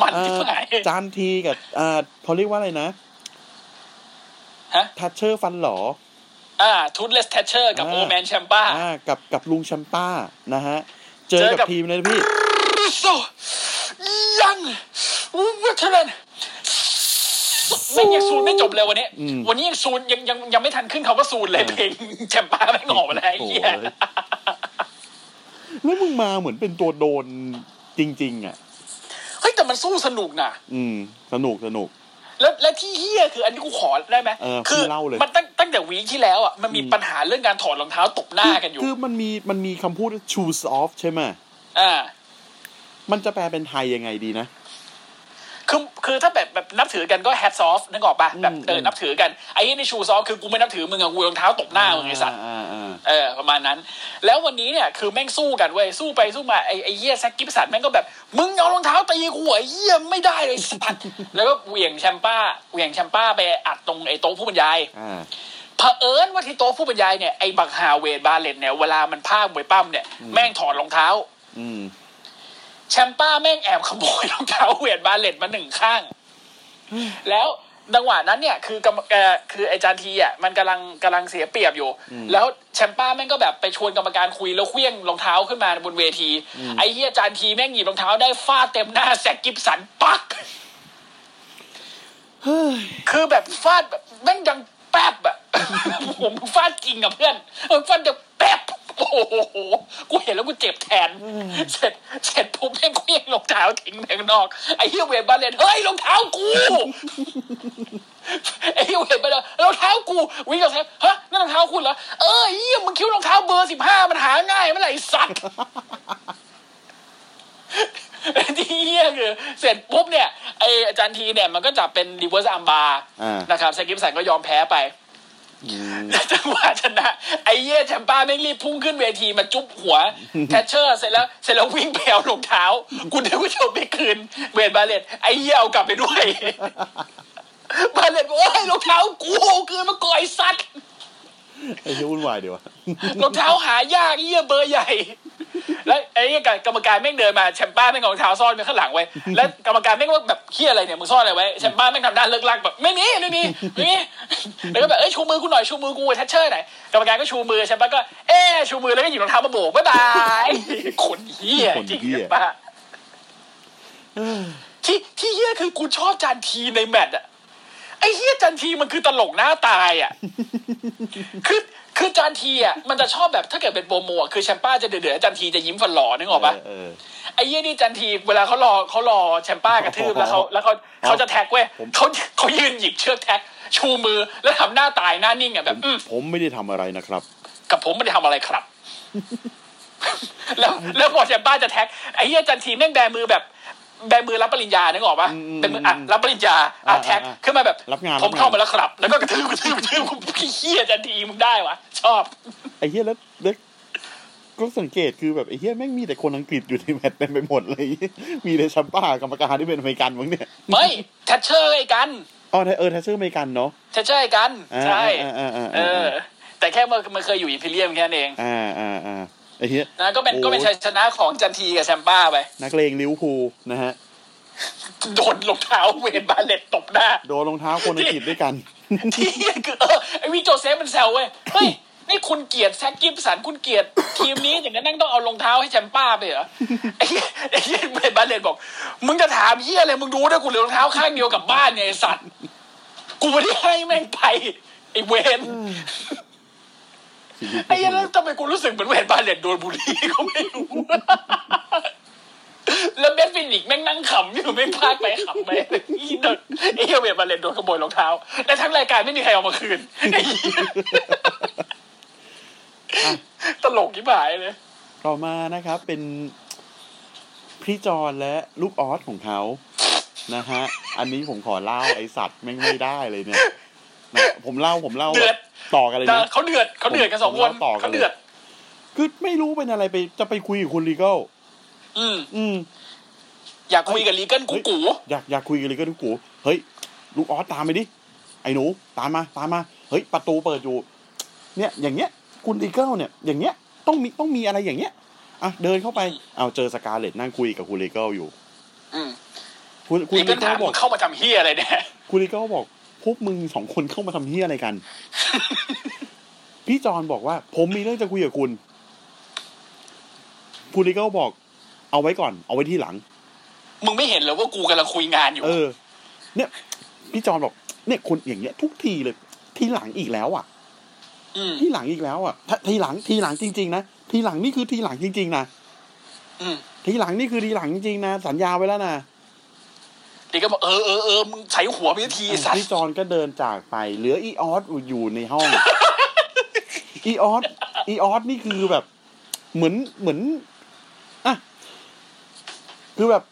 มัน
เอ่
ที่
อ
ไหน
จานทีกับอ่าเขาเรียกว่าอะไรนะ
ฮะ
ทัชเชอร์ฟันหลอ
อ่าทูตเลสเทเชอร์กับ
อ่า
โอแมนแชมป้า
อ่ากับกับลุงแชมป้านะฮะ เจอ
เจอกั
กับบ ทีมเลยนะพี่
โซยังวัชรันแม่งยังซูนไม่จบเลยวันนี้
อืม
วันนี้ยังซูนยังยังยังไม่ทันขึ้นเขาก็ซูนเลย
อ่า
เพลงแชมป้าแม่งออกมาแล้วไอ้เหี้ย
โอ้ยแล้วมึงมาเหมือนเป็นตัวโดนจริง ๆ อ่ะ
เฮ้ยแต่มันสู้สนุกนะ
อืม สนุกสนุก
แล้วและที่เฮี้ยคืออันนี้กูขอได้ไหม
เออ
คื
พี่เล่าเลย
มันตั้งตั้งแต่วีคที่แล้วอ่ะมันมีปัญหาเรื่องการถอดรองเท้าตบหน้ากันอยู่
คือมันมีมันมีคำพูด choose off ใช่ไหม
อ่า
มันจะแปลเป็นไทยยังไงดีนะ
คือคือถ้าแบบแบบนับถือกันก็แฮตซอฟนึกออกปะแบบเออนับถือกันไอ้นี่ชูซอฟคือกูไม่นับถือมึงอะกูรองเท้าตบหน้ามึงไอ้สัตว์
อ่าอ่า
เออประมาณนั้น แล้ววันนี้เนี่ยคือแม่งสู้กันเว้ยสู้ไปสู้มาไอ้ไอ้เหี้ยแซกกิปสันแม่งก็แบบ มึงเอารองเท้าตีกูเหรอไอ้เหี้ยไม่ได้เลย สัตว์แล้วก็เหวี่ยงแชมป้าเหวี่ยงแชมป้าไปอัดตรงไอ้โต๊ะผู้บรรยาย
อ่า
เผอิญว่าที่โต๊ะผู้บรรยายเนี่ยไอ้บักฮาเวดบาเลตเนี่ยเวลามันพากมวยปั้มเนี่ยแม่งถอดรองเท้า
อืม
แชมป้าแม่งแอบขโมยรองเท้าเวทบาเลตมาหนึ่งข้าง แล้วจังหวะนั้นเนี่ยคือกรรมเอ่อคือไอาจารย์ทีอ่ะมันกำลังกำลังเสียเปรียบอยู่ แล้วแชมป้าแม่งก็แบบไปชวนกรรมการคุยแล้วเคลี้ยงรองเท้าขึ้นมาบนเวที ไอ้เฮียอาจารย์ทีแม่งหยิบรองเท้าได้ฟาดเต็มหน้าแซกกิบสันปัก
เฮ้ย
คือแบบฟาดแบบแม่งดังแป๊บอะ ผมงฟาดจริงอะเพื่อนเออฟาดดังแป๊บโอ้โหกูเห็นแล้วกูเจ็บแทน เสร็จเสร็จปุ๊บแม่งเคลี้ยงรองเท้าทิ้งแม่งนอกไอ้เหี้ยเวทบาเลนเฮ้ยรองเท้ากู ไอ้เหี้ยเวทบาเลนรองเท้ากูวิ่งกับแซมฮะนั่นรองเท้าคุณเหรอเออไอ้เหี้ยมึงคิ้วารองเท้าเบอร์สิบห้ามันหาง่ายเมื่อไหร่ไอ้สัตว์ ที่เหี้ยคือเสร็จปุ๊บเนี่ยไออาจารย์ทีเนี่ยมันก็จับเป็นรีเวิร์สอัมบา
อ่า
นะครับแซคกิฟสันก็ยอมแพ้ไป
อืม
แต่จังหวะชนะ ไอ้เหี้ย่แชมป้าไม่งรีบพุ่งขึ้นเวทีมาจุ๊บหัว แคชเชอร์เสร็จแล้วเสร็จแล้ววิ่งแผวลงเท้า คุณนึกว่าจะเอาไปคืน เวทบาเลตไอ้เหี้ยเอากลับไปด้วย บาเลตบอกว่าให้รองเท้ากูเอาคืนมาก่อยสัตว์
ไอ้เหี้ยวุ่นวายดีวะ
รองเท้าหายากเยี่ยเบอร์ใหญ่ แล้วไอ้เหี้ยกรรมการแม่งเดินมาแชมป้าแม่งเอารองเท้าซ่อนไว้ข้างหลังไว้ แล้วกรรมการแม่งว่าแบบเฮี้ยอะไรเนี่ยมึงซ่อนอะไรไว้แชมป้าแม่งทำด้านเลิกลักแบบไม่มีไม่มีไม่มีแล้วก็แบบเอ้ยชูมือกูหน่อยชูมือกูแทชเชอร์หน่อยกรรมการก็ชูมือแชมป้าก็เอ้ชูมือแล้วก็หยิบรองเท้ามาโบกบ๊ายบายขนเฮี้ยจริงๆป้าที่ที่เฮี้ยคือกูชอบจานทีในแมตช์อะ ไอ้เฮียจันทีมันคือตลกหน้าตายอ่ะ คือคือจันทีอ่ะมันจะชอบแบบถ้าเกิดเป็นโปรโมอะคือแชมป้าจะเดือดๆแล้วจันทีจะยิ้มฟันหล่อนึกออกปะ
เออ
ไอ้เฮียนี่จันทีเวลาเขารอเขารอแชมป้ากระทืบแล้วเขาแล้วเขาเขาจะแท็กเว้ย
ผม
เขาเขายืนหยิบเชือกแท็ก ชูมือแล้วทำหน้าตายหน้านิ่งอ่ะแบบ
เอ
อื
อ
ม
ผมไม่ได้ทำอะไรนะครับ
กับผมไม่ได้ทำอะไรครับ แล้วแล้วพอแชมป้าจะแท็กไอ้เฮียจันทีแม่งแบมือแบบแบมือรับปริญญานึกออกปะ
อืมอืม
เป็นมืออ่ะรับปริญญาอ่ะ
อ่า
แท็ก
อ่า
ขึ้นมาแบบ
รับงาน
ผม
รับงาน
เข้ามาแล้วครับ แล้วก็กระทืบกระทืบกระทืบผมเฮียจันทีมึงได้วะชอบ
ไอ้เหี้ยแล้วแล้วก็สังเกตคือแบบไอ้เหี้ยแม่งมีแต่คนอังกฤษอยู่ในแมตช์เต็มไปหมดเลย มีแต่แชัมป้ากรรมการที่เป็นอเมริกันมั้งเนี่ย
ไม่แทชเชอร์ไอ้กัน
อ๋อเออแทสเซอร์อเมริกันเนาะ
แทชเชอร์ไอ้กัน
อ่า
ใช่
อ่าอ่า
เอ
อ่า
อ แต่แค่มันมันเคยอยู่อิมพีเรียมแค่นั้นเอง
อ่าอ่าอ่าไอ้เหี้ย
นะก็เป็นก็เป็นชัยชนะของจันทีกับแชมป้าไป
นักเลงลิเวอร์พูลนะฮะ
โดนรองเท้าเวนบาเลตตบหน้า
โดนรองเท้าคนอังกฤษด้วยกัน
ที่คือเออไอวิโจเซฟมันแซวเว้ยเฮ้ยนี่คุณเกลียดแซกกิฟสันคุณเกลียดทีมนี้อย่างนั้นนั่งต้องเอารองเท้าให้แชมป้าไปเหรอไอ้เหี้ยไอ้เหี้ยเบรดบาเลนบอก มึงจะถามเหี้ยอะไรมึงรู้นะกูเหลือรองเท้าข้างเดียวกลับบ้านเนี่ยไอ้สัตว์กูไม่ได้ให้แม่งไปไอ้เวนไอ้เหี้ยแล้วทำไมกูรู้สึกเหมือนเวนบาเลนโดนบูลลี่ก็ไม่รู้ แล้วเบสฟินิกซ์แม่งนั่งขำอยู่แม่งพากไปขำไปอีเดนไอ้เฮียเวทมาเลนโดนขโมยรองเท้าและทั้งรายการไม่มีใครเอามาคืนไอ้เหี้ยตลกยิ่หายเลย
ต่อมานะครับ เป็นพี่จอนและลูกออสของเขานะฮะ อันนี้ผมขอเล่าไอสัตว์แม่งไม่ได้เลยเนี่ยนะผมเล่าผมเล่า
เดือด
ต่อกันเลย
นะ
นะ
เขาเดือดเขาเดือดกันสอง
ผ
คน
มเล่าต่อกันเลย
เขาเดือด
คือไม่รู้เป็นอะไรไปจะไปคุยกับคุณลีเกล
อืม
อืม
อยากคุยกับลีเกิลกูกู
อยากอยากคุยกันเลยก็ทุกกูเฮ้ย ลูกออสตามไปดิ ไอ้หนู ตามมา ตามมา เฮ้ย ประตูเปิดอยู่ เนี่ย อย่างเงี้ย คุณอีเกิลเนี่ย อย่างเงี้ย ต้องมี ต้องมีอะไรอย่างเงี้ย อ่ะ เดินเข้าไป เอาเจอสกาเลตนั่งคุยกับคุณลีเกิลอยู่
อืม
คุณคุณ
ลี
ลี
เกิล
เกิ
ถา
ล
ม
บ
มึ
อก
งเข้ามาทำเฮียอะไรเนี่ย
คุณลีเกิลบอก พวกมึงสองคนเข้ามาทำเฮียอะไรกัน พี่จอนบอกว่า ผมมีเรื่องจะคุยกับคุณ คุณลีเกิลบอก เอาไว้ก่อน เอาไว้ที่หลัง
มึงไม่เห็นเหรอว่ากูกำลังคุยงานอยู่
เออ เนี่ยพี่จอนบอก เนี่ยคนอย่างเงี้ย ทุกทีเลย ทีหลังอีกแล้วอ่ะ
อืม
ทีหลังอีกแล้วอ่ะถ้าทีหลังทีหลังจริง ๆ นะ ทีหลังนี่คือทีหลังจริง ๆ นะ
อืม
ทีหลังนี่คือทีหลังจริงๆนะ สัญญาไว้แล้วนะ
ลีเกิลบอกเออเออเออมึงใช้หัวไปสักทีไอ้สัต
พี่
ว์
จอนก็เดินจากไป เหลืออีออสอยู่ในห้อง อีออสอีออสนี่คือแบบ เหมือนเหมือนอ่ะคือแบบ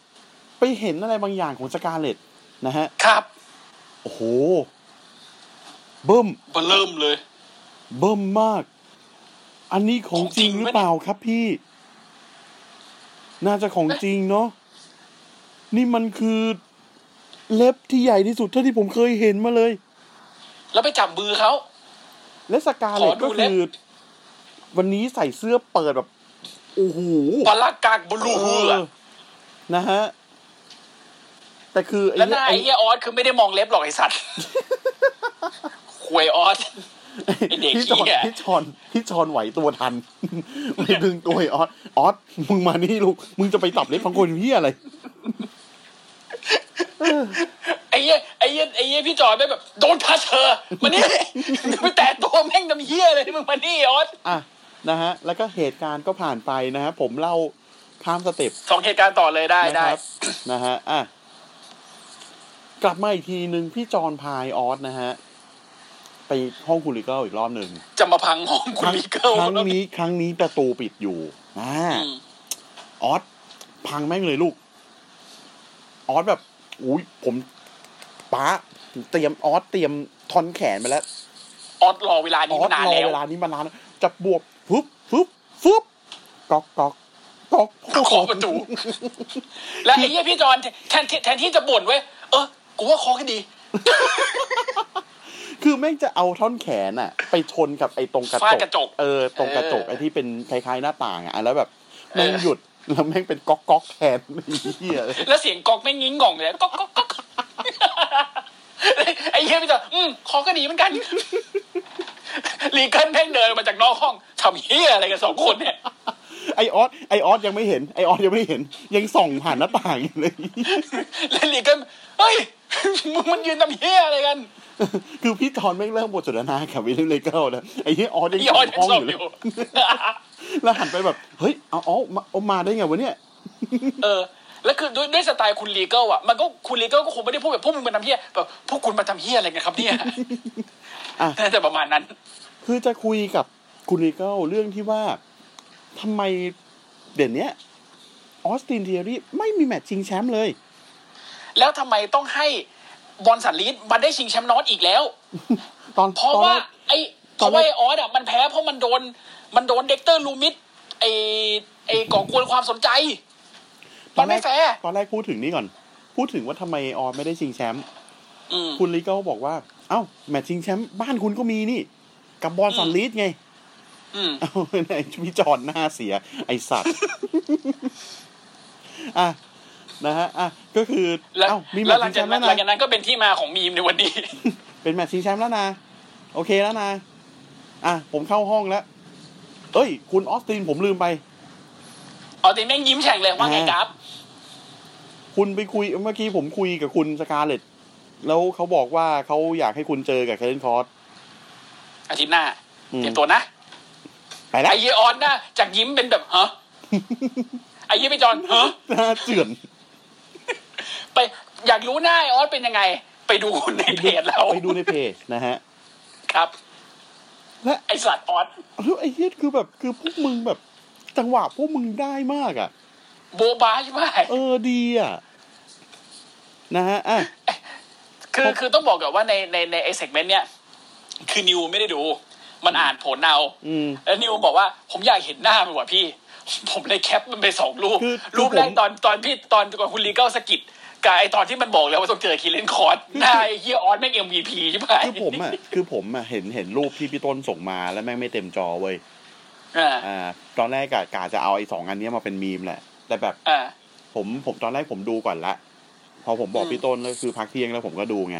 ไปเห็นอะไรบางอย่างของสกาเลต นะฮะ
ครับ
โอ้โหเบิ่ม
เบอร์เริ่มเลย
เบิ่มมาก อันนี้ของ
ของ
จ
จริ
ริง
ง
หรือ
ปะเนี่ย
เปล่าครับพี่ น่าจะของจริงเนาะนี่มันคือเล็บที่ใหญ่ที่สุดเท่าที่ผมเคยเห็นมาเลย
แล้วไปจับมือเขา
และสกาเลต
ขอดู
ก็
เล็
คื
บ
อ วันนี้ใส่เสื้อเปิดแบบโอ้โห
ปลากากบลูเฮือ
เออนะฮะ แต่คือไอ้
แล้วห
เหี้ย
น้า
ไอ้
ไอ้เฮียออสคือไม่ได้มองเล็บหรอกไอสัตว์ควยออส ไอ้เด็ก
พี่จอน
เหี้ย
พี่จอนพี่จอนไหวตัวทัน ไม่ดึงตัวไอ้ออสออสมึงมานี่ลูก มึงจะไปตับเล็บของคนเฮียอะไร
ไอ้เหี้ยไอ้เหี้ยไอ้เหี้ยพี่จอยไปแบบโดนทัชเธอมานี่ ไปแตะตัวแม่งน้ำเหี้ย เลยมึงมานี่ออส
อ่ะ นะฮะ แล้วก็เหตุการณ์ก็ผ่านไปนะฮะ ผมเล่าข้ามสเต็ป
สองเหตุการณ์ต่อเลยได้ได้
นะครับ นะฮะ อ่ะ กลับมาอีกทีหนึ่งพี่จอนพายออสนะฮะ ไปห้องคุณลิเกิลอีกรอบหนึ่ง
จะมาพังห้อง คุณลีเกิล
ครั้งนี้ครั้งนี้ประตูปิดอยู่อ่า
อืม
ออสพังแม่งเลยลูก ออสแบบ อุ้ยผมป้าผมเตรียมออสเตรียมทอนแขนไปแล้ว
ออสรอเวลา
อ
นี้
อส
มานาน
รอ
แล้ว
เวลานี้มานานแล้วจะบวกฟึบฟึบฟึบก๊อกก๊อกก๊อก
ก็ขอประตู แล้วไอ้เหี้ยพี่จอนแทนที่แทนที่จะบ่นเว้ยเออกูว่าคอแค่ดี
คือแม่งจะเอาท่อนแขนอะไปชนกับไอ้ตรงกระจ
ฟาด
ก
กระจก
เออ ตรงกระจก
เออ
ไอ้ที่เป็นคล้ายๆหน้าต่างอะแล้วแบบแม่ง
เออ
หยุดแล้วแม่งเป็นก๊อกก๊อกแทนเฮียเลย
แล้วเสียงกอกแม่งงิ้งก่องเลยก๊อกก๊อกก๊ อกไอ้เหี้ยพี่จอนอืมคอก็ดีเหมือน กันลีเกิลแม่งเดินมาจากนอกห้องทำเหี้ยอะไรกันสองคนเนี่ย
ไอออสไอออสยังไม่เห็นไอออสยังไม่เห็น ยังส่องผ่านหน้าต่างอยู่เลย
แล้วลีเกิลเฮ้ย มึงมันยืนทำเหี้ยอะไรกัน
คือพี่ทอนไม่งเริ่มบทสนทนากับวิลเลียมเลยเก้านะไอ้ที่ออสยัง
ยอดยัง
ส่อง
ส
ห้อง งอ
ออ ยู่ยู่
เลยแล้วหันไปแบบ เฮ้ยเอาเอามาเอามาได้ไงวะเนี่ย
เออ แล้วคือด้วยด้วยสไตล์คุณลีเกิลอ่ะ มันก็คุณลีเกิลก็คงไม่ได้พูดแบบพวกมึงมาทำเฮี้ยแบบพวกคุณมาทำเฮี้ยอะไรกันครับเนี่ย
อ่ะ
น่าจะประมาณนั้น
คือจะคุยกับคุณลีเก้าเรื่องที่ว่าทำไมเดี๋ยวนี้ออสตินเทียรี่ไม่มีแมตช์ชิงแชมป์เลย
แล้วทำไมต้องให้บอลสันลีดมันได้ชิงแชมป์นอตอีกแล้ว
ตอน
เพราะ
ตอน
ว่า
แรก
ไอ้เพ
ตอน
ราะ
แรก
ว่าไอ้ออสอ่ะมันแพ้เพราะมันโดน มันโดนเด็กเตอร์ลูมิดไอ้ไอ้ก่อกวนความสนใจ
ตอแร
มันไม่
ก
แฟร์
ตอนแรกพูดถึงนี่ก่อน พูดถึงว่าทำไมออสไม่ได้ชิงแชมป์
อืม
คุณลีก็บอกว่า เอ้า แมตช์ชิงแชมป์บ้านคุณก็มีนี่ กับบอลสันลีดไง
อืม
เอาไอ้พี่จอนหน้าเสีย ไอสัตว์ อ่ะ นะฮะ อ่ะ ก็คือ
แล้ว
เอ้า มีแม
แล้
ต
ว
ช์
หลั
ชิง
ง
แช
จา
ม
ก
ป์
นั้
แล้
น
ว
หลัง
นะ
จากนั้นก็เป็นที่มาของมีมในวันนี้
เป็นแมตช์ชิงแชมป์แล้วนะ โอเคแล้วนะ อ่ะ ผมเข้าห้องแล้ว เอ้ย คุณออสตินผมลืมไป
ออสตินแม่งยิ้มแฉ่งเลยว่าไงครับ
คุณไปคุย เมื่อกี้ผมคุยกับคุณสกาเลตแล้วเขาบอกว่าเขาอยากให้คุณเจอกับแคลรนคอร์ส
อาทิตย์หน้า
อืม
เตรียมตัวนะ
ไปแล้ว
ไอเยออนหน้าจากยิ้มเป็นแบบฮะไอเยไปจอนฮะ
หน้าเจือน
ไปอยากรู้หน้าไอออสเป็นยังไง ไปดูในเพจเรา
ไปดูในเพจนะฮะ
ครับ
และ
ไอสัตว์ออส
แล้วไอ้เฮียคือแบบคือพวกมึงแบบ จังหวะพวกมึงได้มากอ่ะ
โบบาใช่ไหม
เออดีอ่ะ นะฮะอ่ะ
คือคือต้องบอกก่อนว่าในในในไอเซกเมนต์เนี้ยคือนิวไม่ได้ดู มันอ่านผลเอา
อืม
แล้วนิวบอกว่าผมอยากเห็นหน้ามันว่ะพี่ ผมเลยแคปมันไปสองรูป
คือ
รูป
คือผม
แรกตอนตอนพี่ตอนก่อนคุณลีเก้าสะกิดกับไอตอนที่มันบอกแล้วว่าต้องเจอคีเลนคอร์สหน้าไอเฮียออสแม่งเอ็มวีพีใช่ไหม
คือผมอ่ะ คือผมอ่ะเห็นเห็นรูปที่พี่ต้นส่งมาแล้วแม่งไม่เต็มจอเว้ย
อ่า
อ่า ตอนแรกกะกะจะเอาไอ้สองอันเนี้ยมาเป็นมีมแหละ แต่แบบ
อ่า
ผมผมตอนแรกผมดูก่อนละ พอผมบอก
อืม
พี่ต้นแล้วคือพักเที่ยงแล้วผมก็ดูไง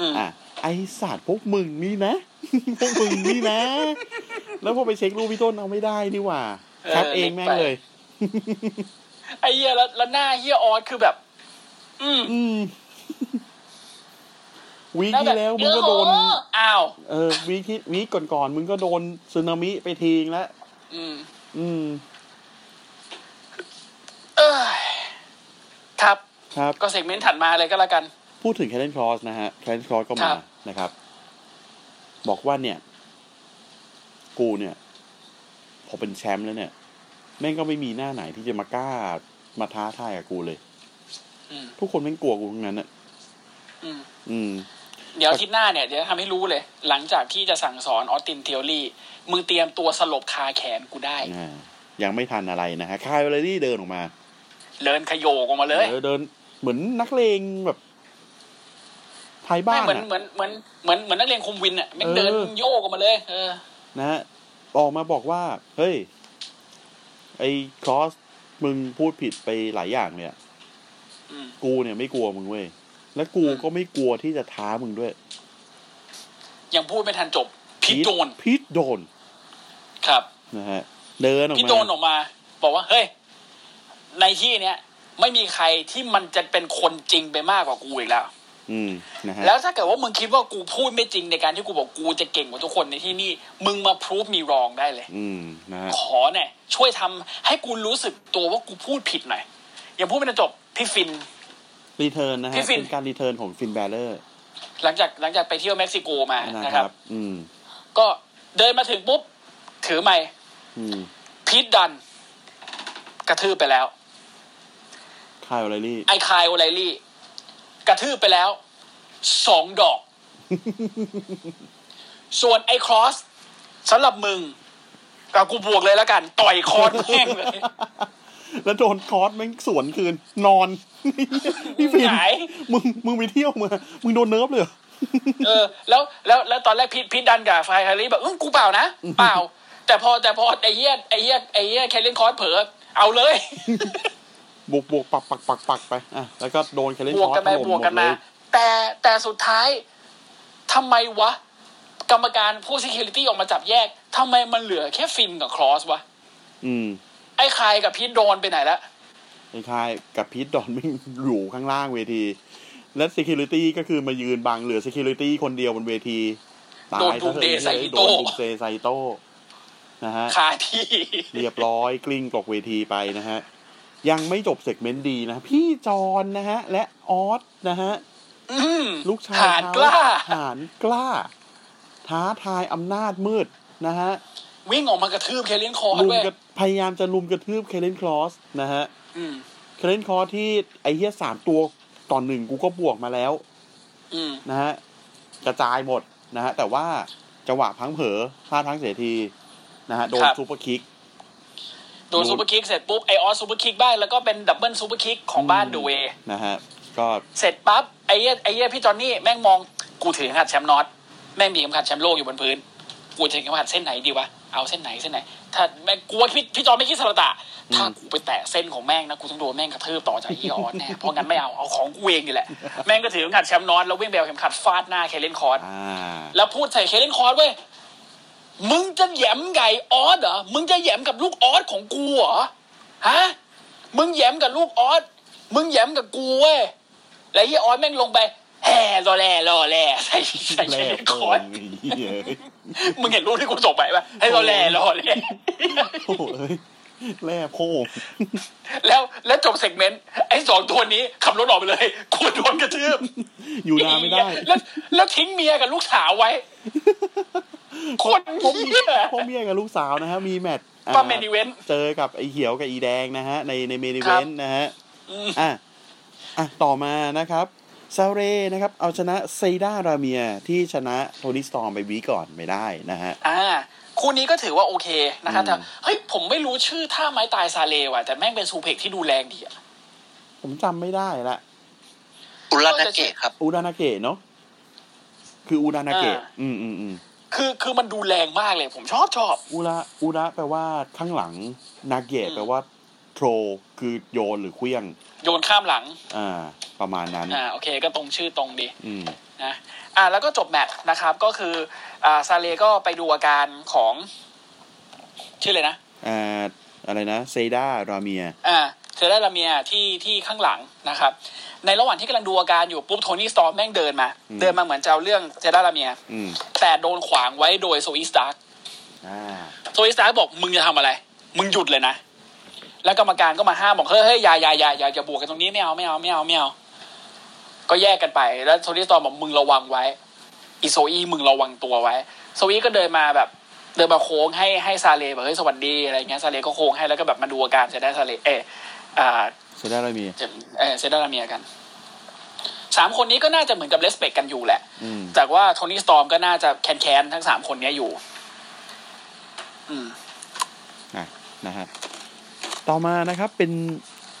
อืม
อ่ะ ไอสัตว์พวกมึงนี่นะ พวกมึงนี่นะ แล้วพอไปเช็ครูปพี่ต้นเอาไม่ได้ดีหว่าแคปเองแม่งเลย
ไอ้เหี้ยแล้วแล้วหน้าเหี้ยออสคือแบบ อืม
อืม วีค
หน้าบบ
ที่แล้วมึงก็โดน
เอออ้าว
เออวีคที่วีคก่อนๆมึงก็โดนสึนามิไปทีงแล้ว
อืม
อืม
เอยครับ
ครับ
ก็เซกเมนต์ถัดมาเลยก็แล้วกัน
พูดถึงแค n เ n นค o อสนะฮะแค n เ n นค o อสก็มา
ครับ
นะครับ บอกว่าเนี่ย กูเนี่ย พอเป็นแชมป์แล้วเนี่ย แม่งก็ไม่มีหน้าไหนที่จะมากล้ามาท้าทายกับกูเลย
อืม
ทุกคนแม่งกลัวกูทั้งนั้นอะ
อืม
อืม
เดี๋ยวอาทิตย์หน้าเนี่ยเดี๋ยวทำให้รู้เลย หลังจากที่จะสั่งสอนออสตินเทอรี่มึงเตรียมตัวสลบคาแขนกูได้
อ่ายังไม่ทันอะไรนะฮะคายเวลลี่เดินออกมา
เลินขยโยกออกมาเลย
เดินเหมือนนักเลงแบบไทยบ้า
ไม่
น
เหมือน
อะ
เหมือนเหมือนเหมือนเหมือนนักเรียนคุมวินอ่ะแม่งเดิน
เออ
โยกออกมาเลย เออ
นะฮะออกมาบอกว่า เฮ้ย ไอ้ครอส มึงพูดผิดไปหลายอย่างเนี่ย
อืม
กูเนี่ยไม่กลัวมึงเว้ย และกูก็ไม่กลัวที่จะท้ามึงด้วย
ยังพูดไม่ทันจบพี่โจน
พีทโดน
ครับ
นะฮะ เดินออกมา
พี่โจนออกมา บอกว่าเฮ้ยในที่เนี้ยไม่มีใครที่มันจะเป็นคนจริงไปมากกว่ากูอีกแล้ว
อืมนะฮะ
แล้วถ้าเกิดว่ามึงคิดว่ากูพูดไม่จริงในการที่กูบอกกูจะเก่งกว่าทุกคนในที่นี่ มึงมาพรูฟมีรองได้เลย
อืมนะฮะ
ขอหน่อยช่วยทำให้กูรู้สึกตัวว่ากูพูดผิดหน่อยอย่าพูดไม่ทันจบพี่ฟิน
รีเทิร์นนะฮะ
พี่ฟิน
เป็นการรีเทิร์นของฟินแบลเลอร์
หลังจากหลังจากไปเที่ยวเม็กซิโกมา
นะ
นะ
ค
ค
รั
รับ บ
อืม
ก็เดินมาถึงปุ๊บ ถือไมค์
อืม
พีทดัน กระทืบไปแล้ว
คายเวลลี่
ไอคายโอไลลี่ กระทืบไปแล้วสองดอก ส่วนไอครอสสำหรับมึงกับกูบวกเลยแล้วกัน ต่อยคอนแม่งเลย
แล้วโดนคอร์สแม่งสวนคืน นอน พี่ฟิน
หงาย
มึงมึงไปเที่ยวมามึงโดนเนิร์ฟเลยเหรอ
เออแล้วแล้วแล้วตอนแรกพีทพีทดันกับไฟแฮร์รี่แบบเออกูเปล่านะ เปล่า แต่พอแต่พอไอเยียไอเยียไอเยียแคลเลนคอร์สเผลอเอาเลย
บ วกบวกปักปักปักปักไปอ่ะแล้วก็โดนแคลเลน
บ
คว อก ร์
กัน
ส
ไปบวกกันมา แต่แต่สุดท้ายทำไมวะ กรรมการผู้ security ออกมาจับแยกทำไมมันเหลือแค่ฟินกับครอสวะ
อืม
ไอ้คายกับพีทโดนไปไหนละ
ไอ้คายกับพีทดอนแม่งอยู่ข้างล่างเวที และ Security ก็คือมายืนบังเหลือ Security คนเดียวบนเวทีตาย
โดนดูมเดย์ไซ
ซะถอะ
โต
โดนดูมเดย์ไซโตนะฮะ
คาที่
เรียบร้อยกลิ้งตกเวทีไปนะฮะ ยังไม่จบเซกเมนต์ดีนะ พี่จอนนะฮะ และออสนะฮะ
อืม
ลูกชาย
หานกล้า
เขหานกล้า ท้าทายอำนาจมืดนะฮะ
วิ่งออกมากระทืบแคลเลนคอร์ส
ลุม
เว้ย
กระพยายามจะลุมกระทืบเคเลนคลอสนะฮะ
อืม
เคเลนคลอสที่ไอเฮียสามตัวต่อนหนึ่งกูก็บวกมาแล้ว
อืม
นะฮะกระจายหมดนะฮะ แต่ว่าจังหวะพลังเผลอพลาดพลังเสียทีนะฮะ โดน
ครับ
ซูเปอร์คิก
โดนซูเปอร์คิกเสร็จปุ๊บไอออสซูเปอร์คิกบ้างแล้วก็เป็นดับเบิลซูเปอร์คิกของบ้าน
อืม
เดอะเวย์
นะฮะ ก็
เสร็จปั๊บไอเหี้ยไอเหี้ยพี่จอนนี่แม่งมองกูถือเข็มขัดแชมป์น็อตแม่งมีเข็มขัดแชมป์โลกอยู่บนพื้น กูจะเข็มขัดเส้นไหนดีวะเอาเส้นไหนเส้นไหน ถ้าแม่งกูว่าพี่พี่จอนไม่คิดสมรตะถ้ากูไปแตะเส้นของแม่งนะกูต้องโดนแม่งกระทืบต่อจากไอ้เหี้ยออสแน่เพราะงั้นไม่เอาเอาของกูเองดีแหละแม่งก็ถือเข็มขัดแชมป์น็อตแล้ววิ่งไปเบลเข็มขัดฟาดหน้าเคเลนคอร์ส
อ่า
แล้วพูดใส่เคเลนคอร์สเว้ย มึงจะแหยมไก่ออสเหรอ มึงจะแหยมกับลูกออสของกูเหรอ ฮะ มึงแหยมกับลูกออส มึงแหยมกับกูเว้ย แล้วยี่ออสแม่งลงไป แห่รอแล่รอแล่ใส่ใส่เคเลนคอร์ส
แรงเหี้ย
มึงเห็นรูปที่กูส่งไปปะให้รอแล่รอแล่
โอ้โหเอ้ยแร่โพง
แล้วแล้วจบเซกเมนต์ไอ้สองตัวนี้ขับรถออกไปเลยกูโดนกระทืบ
อยู่นานไม่ได้
แล้วแล้วทิ้งเมียกับลูกสาวไว้ คน
พวกเมี
เหี้
ย
ย
พวกเมียกับลูกสาวนะฮะ มีแมตช์อ่
ป้าเมนิเวนต์
เจอกับไอ้เขียวกับอีแดงนะฮะ ในในเมนิ
ค
เว
รับ
นต์นะฮะ
อืม
อ่ะอ่ะ ต่อมานะครับซาเรนะครับ เอาชนะเซด้าราเมียที่ชนะโทนี่สตอร์มไปวีคก่อนไม่ได้นะฮะ
อ่าคู่นี้ก็ถือว่าโอเคนะคะ
อืม
แต่เฮ้ยผมไม่รู้ชื่อท่าไม้ตายซาเลว่ะ แต่แม่งเป็นซูเพกที่ดูแรงดีอะ
ผมจำไม่ได้ละ
อุลานาเกะครับ
อูดานาเกะเนาะคืออูดานาเกะอืมอืมอืม
คือคือมันดูแรงมากเลย ผมชอบชอบ
อุระอุระแปลว่าข้างหลัง นาเกะ
อืม
แปลว่าโทรคือโยนหรือเคลี้ยง
โยนข้ามหลัง
อ่า ประมาณนั้น
อ่าโอเค ก็ตรงชื่อตรงดี
อืม
นะอ่าแล้วก็จบแมตช์นะครับก็คืออ่าซาเลก็ไปดูอาการของ ชื่อเลยนะ
อ่า อะไรนะ เซด้าราเมีย
อ่าเซเลราเมียที่ที่ข้างหลังนะครับ ในระหว่างที่กำลังดูอาการอยู่ปุ๊บโทนี่สตอร์แม่งเดินมา
อืม
เดินมาเหมือนจะเอาเรื่องเซเลราเมีย
อืม
แต่โดนขวางไว้โดยโซอีสตาร์
อ่า
โทนี่สตาร์กบอกมึงจะทำอะไร มึงหยุดเลยนะ แล้วกรรมการก็มาห้ามบอกเฮ้ยเฮ้ยอย่าอย่าอย่าอย่าอย่าบวกกันตรงนี้ไม่เอาไม่เอาไม่เอาไม่เอา ก็แยกกันไป แล้วโทนี่สตอร์บอกมึงระวังไว้ อีโซอีมึงระวังตัวไว้ โซอีก็เดินมาแบบ เดินมาโค้งให้ให้ซาเลบอกเฮ้ยสวัสดีอะไรเงี้ยซาเลก็โค้งให้แล้วก็แบบมาดูอาการเซด้าซาเลเอออ่า
เซด้าราเมีย
เอ่อเซด้าลาเมียกัน สามคนนี้ก็น่าจะเหมือนกับเลสเปกกันอยู่แหละ
อืม
จากว่าโทนี่สตอร์มก็น่าจะแคนแคนๆทั้งสามคนเนี้ยอยู่ อืม
นะนะฮะ ต่อมานะครับเป็น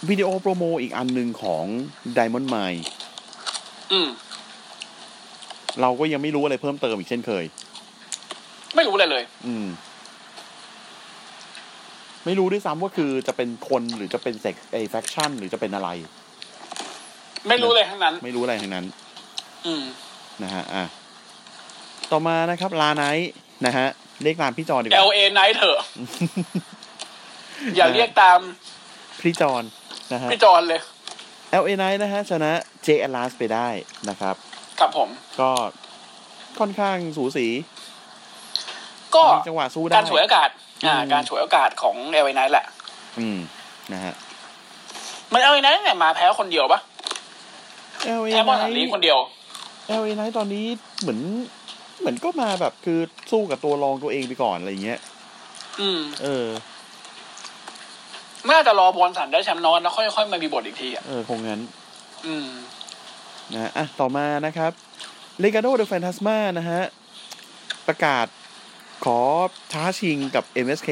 วิดีโอโปรโมอีกอันหนึ่งของ Diamond Mine
อืม
เราก็ยังไม่รู้อะไรเพิ่มเติมอีกเช่นเคย
ไม่รู้เลยเลย
อืม ไม่รู้ด้วยซ้ำว่าคือจะเป็นคนหรือจะเป็นเซ็กไอแฟคชั่นหรือจะเป็นอะไร
ไม่รู้เลยทั้งนั้น
ไม่รู้อะไรทั้งนั้น
อืม
นะฮะ อ่ะ ต่อมานะครับ ลาไนท์นะฮะ เรียกตามพี่จอนดีกว่า
LA Night เถอะ อย่าเรียกตาม
พี่จอนนะฮะ
พี่จอนเลย
LA Knight นะฮะ ชนะ J Atlas ไปได้นะครับ
ครับผม
ก็ค่อนข้างสูสี
ก็
มีจังหวะสู้ได้
การฉวยโอกาส อ่า
อืม
การฉวยโอกาสของ LA Night แหละ
อืม นะฮะ
มัน LA Night เนี่ยมาแพ้คนเดียวปะ
LA
แพ้บอลหลัง
Knight
นี้คนเดียว
LA Knight ตอนนี้เหมือน เหมือนก็มาแบบคือสู้กับตัวรองตัวเองไปก่อนอะไรเงี้ย
อืม
เออ
น่าจะรอบอลสันได้แชมป์นอนแล้วค่อยๆมามีบทอีกทีอ่ะ
เออ คงงั้น
อืม
นะฮะอ่ะ ต่อมานะครับ l e g a d o the Phantasma นะฮะ ประกาศขอท้าชิงกับ MSK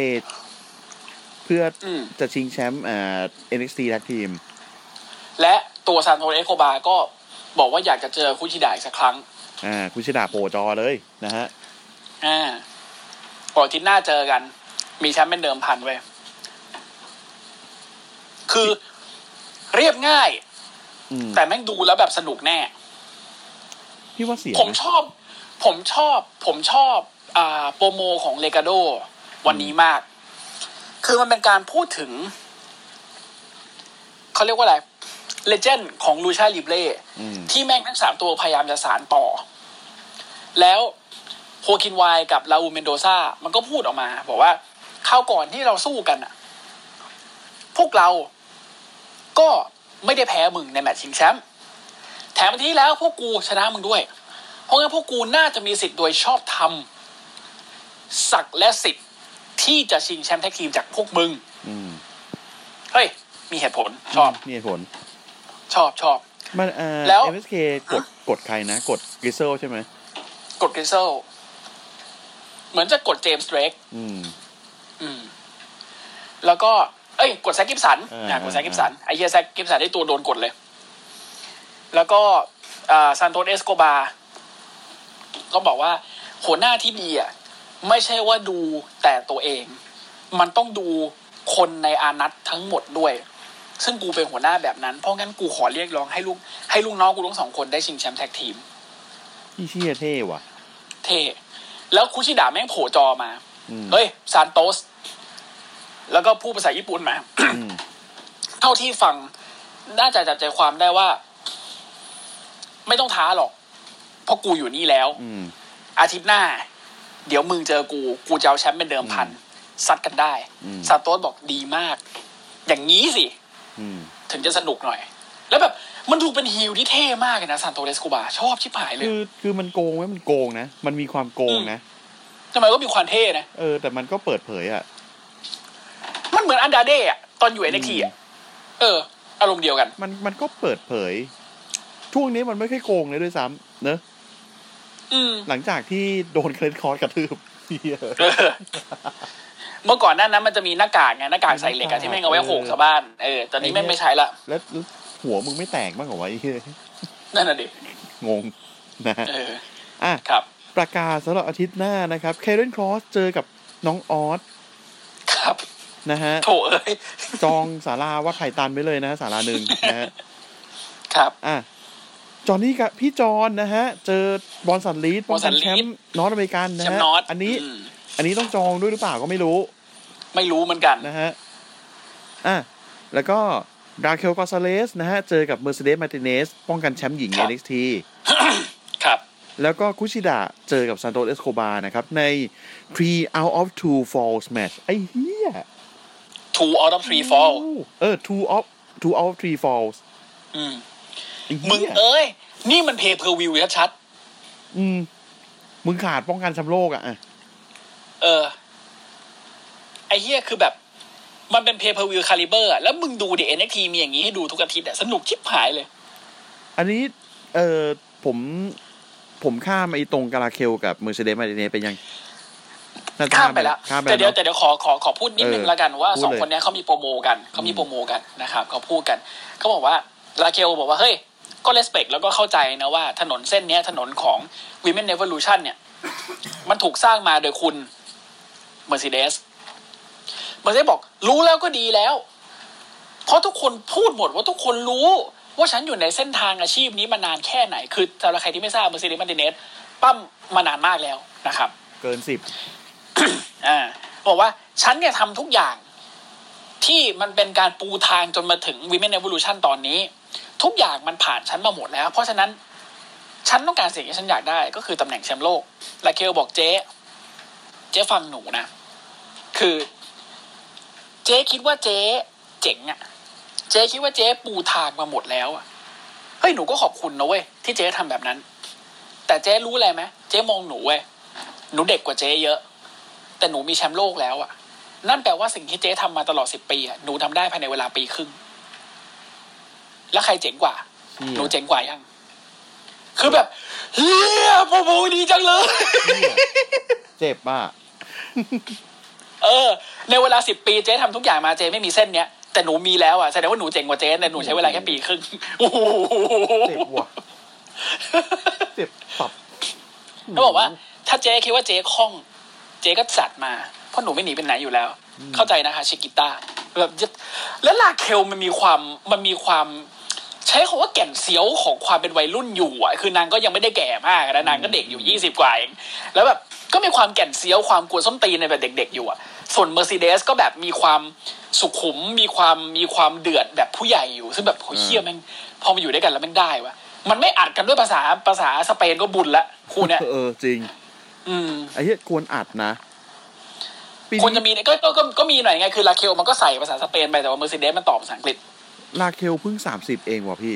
เพื่อ
อืม
จะชิงแชมป์อ่า NXT Tag Team
และตัวซานโทเอโคบาก็บอกว่าอยากจะเจอคุชิดาอีกสักครั้ง
อ่า คุณชิดาโผล่จอเลยนะฮะ
อ่าปล่อยทิศหน้าเจอกัน มีแชมป์เป็นเดิมพันไว้ยคือเรียบง่าย
อืม
แต่แม่งดูแล้วแบบสนุกแน่
พี่ว่าเสียง
ผม
นะ
ชอบ ผมชอบ ผมชอบ อ่า โปรโมของเลกาโด วันนี้มาก คือมันเป็นการพูดถึง เขาเรียกว่าอะไรเลเจนด์ของลูชาลิเบ e
อืม
ที่แม่งทั้งสามตัวพยายามจะสารต่อ แล้วโฮคินไวน์กับลาอูเมนโดซามันก็พูดออกมา บอกว่าข้าวก่อนที่เราสู้กันอะพวกเราก็ไม่ได้แพ้มึงในแมตช์ชิงแชมป์แถมทีแล้วพวกกูชนะมึงด้วย เพราะงั้นพวกกูน่าจะมีสิทธิ์โดยชอบธรรมศักดิ์และสิทธิ์ที่จะชิงแชมป์แท็กทีมจากพวกมึง
อืม
เฮ้ย มีเหตุผลชอบ
นี่เหตุผล
ชอบชอบ
มันอ่า
แล้ว
MSK กดกดใครนะ กดกริเซลใช่ไหม
กดกริเซลเหมือนจะกดเจมส์เดรก
อืม
อืม แล้วก็ เอ้ย กดแซกกิฟสัน
เอออ่
นะกดแซก
เออ
กิฟสันไอเฮียแซกกิฟสันได้ตัวโดนกดเลย แล้วก็ซานโตเอสโกบา ก็บอกว่าหัวหน้าที่ดีอ่ะ ไม่ใช่ว่าดูแต่ตัวเอง มันต้องดูคนในอานัตทั้งหมดด้วย ซึ่งกูเป็นหัวหน้าแบบนั้น เพราะงั้นกูขอเรียกร้องให้ลูกให้ลูกน้องกูทั้งสองคนได้ชิงแชมป์แท็กทีม
พี่เชี่ยเท่ว่ะ
เท่แล้วคุชิดะแม่งโผล่จอมา
อืม
เฮ้ย ซานโตส แล้วก็พูดภาษาญี่ปุ่นมา
อืม
เท่าที่ฟัง น่าจะจับใจความได้ว่า ไม่ต้องท้าหรอก เพราะกูอยู่นี่แล้ว
อืม
อาทิตย์หน้า เดี๋ยวมึงเจอกู กูจะเอาแชมป์เป็นเดิมพัน ซัดกันได้
อืม
ซานโตสบอกดีมาก อย่างนี้สิ
อืม
ถึงจะสนุกหน่อย แล้วแบบมันดูเป็นฮิลที่เท่มากเลยนะซานโตเดสกูบา ชอบชิบหายเลย
คือคือมันโกงไหมมันโกงนะ มันมีความโกงนะ
ทำไมก็มีความเท่นะ
เออ แต่มันก็เปิดเผยอ่ะ
มันเหมือนอันดาเดย์อะตอนอยู่เอ็นเอ็กทีอะเออ อารมณ์เดียวกัน
มันมันก็เปิดเผย ช่วงนี้มันไม่ค่อยโกงเลยด้วยซ้ำเนอะ
อืม
หลังจากที่โดนเคลนคอร์สกระทืบ เหี้ย
เออ เมื่อก่อนหนั้นนะมันจะมีหน้ากากไงหน้ากากใส่เหล็กอะที่แม่งเอาไว้โขกชาวบ้านเออตอนนี้แม่งไม่ใช้ละ
แล้วแล้วหัวมึงไม่แตกบ้างเหรอวะไอ้เหี้ย
นั่นน่ะดิ
งงนะฮะ
เออ
อ่ะ
ครับ
ประกาศสำหรับอาทิตย์หน้านะครับเคเรนครอสเจอกับน้องออส
ครับ
นะฮะ
โถเอ้ย
จองสาราว่าไข่ตันไปเลยนะสาราหนึ่งนะฮะ
ครับ
อ่ะ จอนนี่กับพี่จอนนะฮะ เจอบอลสันลีดป้องกัน
บอลสันลีด
แชมป์นอตอเมริกันนะ
แชม
ฮะ
ป์นอต
อันนี้
ม
อันนี้ต้องจองด้วยหรือเปล่าก็ไม่รู้
ไม่รู้เหมือนกัน
นะฮะ อ่ะ แล้วก็ราเคลกอซาเลสนะฮะ เจอกับเมอร์เซเดสมาติเนสป้องกันแชมป์หญิง
ครับ
NXT
ครับ
แล้วก็คุชิดะเจอกับซานโตสเอสโคบานะครับ ใน Pre Out of Two Falls Match ไอ้เหี้ย
two out of three fall
เออ Two of Two Out of Three Falls
อืม
ไอ้
มึง
เหี้ย
เอ้ย นี่มันเพย์เพอร์วิวชัด
อืม มึงขาดป้องกันแชมป์โลกอ่ะอ่ะ
ๆเออ ไอเฮียคือแบบ มันเป็นเพย์เพอร์วิวคาลิเบอร์แล้วมึงดูดิเอ็นเอ็กทีมีอย่างนี้ให้ดูทุกอาทิตย์อะสนุกชิบหายเลย
อันนี้ เออผมผมข้ามไอ้ตรงกาลาเคลกับเมอร์เซเดสมาร์ติเนสไปยังน่จะ
ข้ามไปแล้ว
ข้ามไป
แต่เดี๋ยว
เน
แต่
อะ
เดี๋ยวขอขอขอพูดนิดนึง
เออ
แล้วกันว่า
พูดเลย
สองคนเนี้ยเขามีโปรโมกันเขามีโปรโมกันนะครับเขาพูดกันเขาบอกว่าลาเคลบอกว่าเฮ้ยก็เลสเ c t แล้วก็เข้าใจนะว่าถนนเส้นเนี้ยถนนของ Women Revolution เนี่ย มันถูกสร้างมาโดยคุณ Mercedes Mercedes บอกรู้แล้วก็ดีแล้ว เพราะทุกคนพูดหมดว่าทุกคนรู้ ว่าฉันอยู่ในเส้นทางอาชีพนี้มานานแค่ไหน คือสำหรับใครที่ไม่ทราบ Mercedes Martinez ปั้มมานานมากแล้วนะครับ
เกินสิบ
อ่าบอกว่าฉันเนี่ยทำทุกอย่างที่มันเป็นการปูทางจนมาถึง Women Evolution ตอนนี้ ทุกอย่างมันผ่านฉันมาหมดแล้ว เพราะฉะนั้น ฉันต้องการสิ่งที่ฉันอยากได้ ก็คือตำแหน่งแชมป์โลกลาเคลบอกเจ๊ เจ๊ฟังหนูนะ คือ เจ๊คิดว่าเจ๊เจ๋งอะเจ๊คิดว่าเจ๊ปูทางมาหมดแล้วอะเฮ้ยหนูก็ขอบคุณนะเว้ยที่เจ๊ทำแบบนั้น แต่เจ๊รู้อะไรไหมเจ๊มองหนูเว้ยหนูเด็กกว่าเจ๊เยอะ แต่หนูมีแชมป์โลกแล้วอะนั่นแปลว่าสิ่งที่เจ๊ทำมาตลอดสิบปีอะหนูทำได้ภายในเวลาปีครึ่ง แล้วใครเจ๋งกว่า หนูเจ๋งกว่ายัง คือแบบเฮียโปรโมดีจังเลย
เจ็บอ่ะ
เออ ในเวลาสิบปีเจ๊ทำทุกอย่างมาเจ๊ไม่มีเส้นเนี้ย แต่หนูมีแล้วอะแสดงว่าหนูเจ๋งกว่าเจ๊แต่หนูใช้เวลาแค่ปีครึ่งโอ้โห
เจ็บว่ะเจ็บตับ
เขาบอกว่าถ้าเจ๊คิดว่าเจ๊คล่อง เจ๊ก็จัดมา เพราะหนูไม่หนีไปไหนอยู่แล้ว เข้าใจนะคะชิกิต้าแบบยึดแล้วลาเคลมันมีความมันมีความ ใช้คำว่าแก่นเซียวของความเป็นวัยรุ่นอยู่อ่ะคือนางก็ยังไม่ได้แก่มากนะนางก็เด็กอยู่ยี่สิบกว่าเองแล้วแบบก็มีความแก่นเซียวความกวนส้นตีนในแบบเด็ก ๆ อยู่อ่ะส่วน Mercedes ก็แบบมีความสุขุมมีความมีความเดือดแบบผู้ใหญ่อยู่ ซึ่งแบบโหเฮียแม่งพอมาอยู่ด้วยกันแล้วแม่งได้วะมันไม่อัดกันด้วยภาษาภาษาสเปนก็บุญละคู่เนี้ย
เออจริง
อืม
ไอ้เหี้ยควรอัดนะปี
ควรจะ
นี้
มีก็ก็ก็ก็มีหน่อยไง คือลาเคลมันก็ใส่ภาษาสเปนไปแต่ว่าเมอร์เซเดสมันตอบภาษาอังกฤษ
ลาเคลเพิ่งสามสิบเองว่ะพี่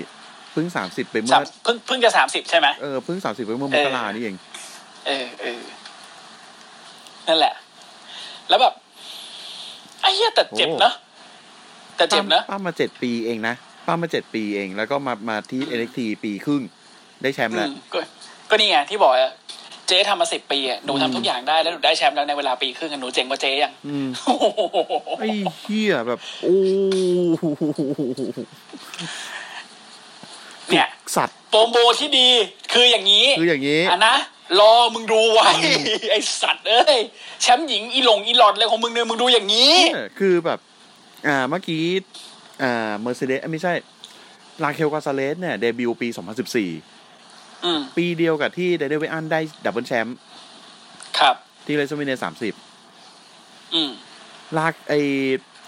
เพิ่งสามสิบไปเมื่
สาม
อ
เพิ่งเพิ่งจะสามสิบใช่ไหม
เออเพิ่งสามสิบไปเมื่อม
เออ
กรานี่เอง
เออเออนั่นแหละ แล้วแบบไอ้เหี้ยแต่เจ็บเนอะแต่เจ็บเนอะ
ป้ามาเจ็ดปีเองนะป้ามาเจ็ดปีเอง แล้วก็มามาที่เอเล็กทีปีครึ่ง ได้แชมป์
อื
แล้ว
มก็ก็นี่ไงที่บอกอะเจ๊ทำมาสิบปีอะหนูทำทุกอย่างได้แล้วหนูได้แชมป์แล้วในเวลาปีครึ่งอะหนูเจ๋งกว่าเจ๊ยัง
อืม
โอ้โห
ไอ้เหี้ยแบบ โอ้โห
เนี่ย
สัตว์
โปรโมที่ดี คืออย่างนี้
คืออย่างนี้
อ่ะนะรอมึงดูไว้ ไอสัตว์เอ้ยแชมป์หญิงอีหลงอีหลอดอะไรของมึงเนี่ยมึงดูอย่างนี้
เออคือแบบ อ่า เมื่อกี้ อ่า เมอร์เซเดสไม่ใช่ ลาเคลกาซาเลสเนี่ย เดบิวต์ปี 2014
อืม
ปีเดียวกับที่เดเดวิอันได้ดับเบิลแชมป์
ครับ
ที่เลสเมเนีย
อืม
30 ลากไอ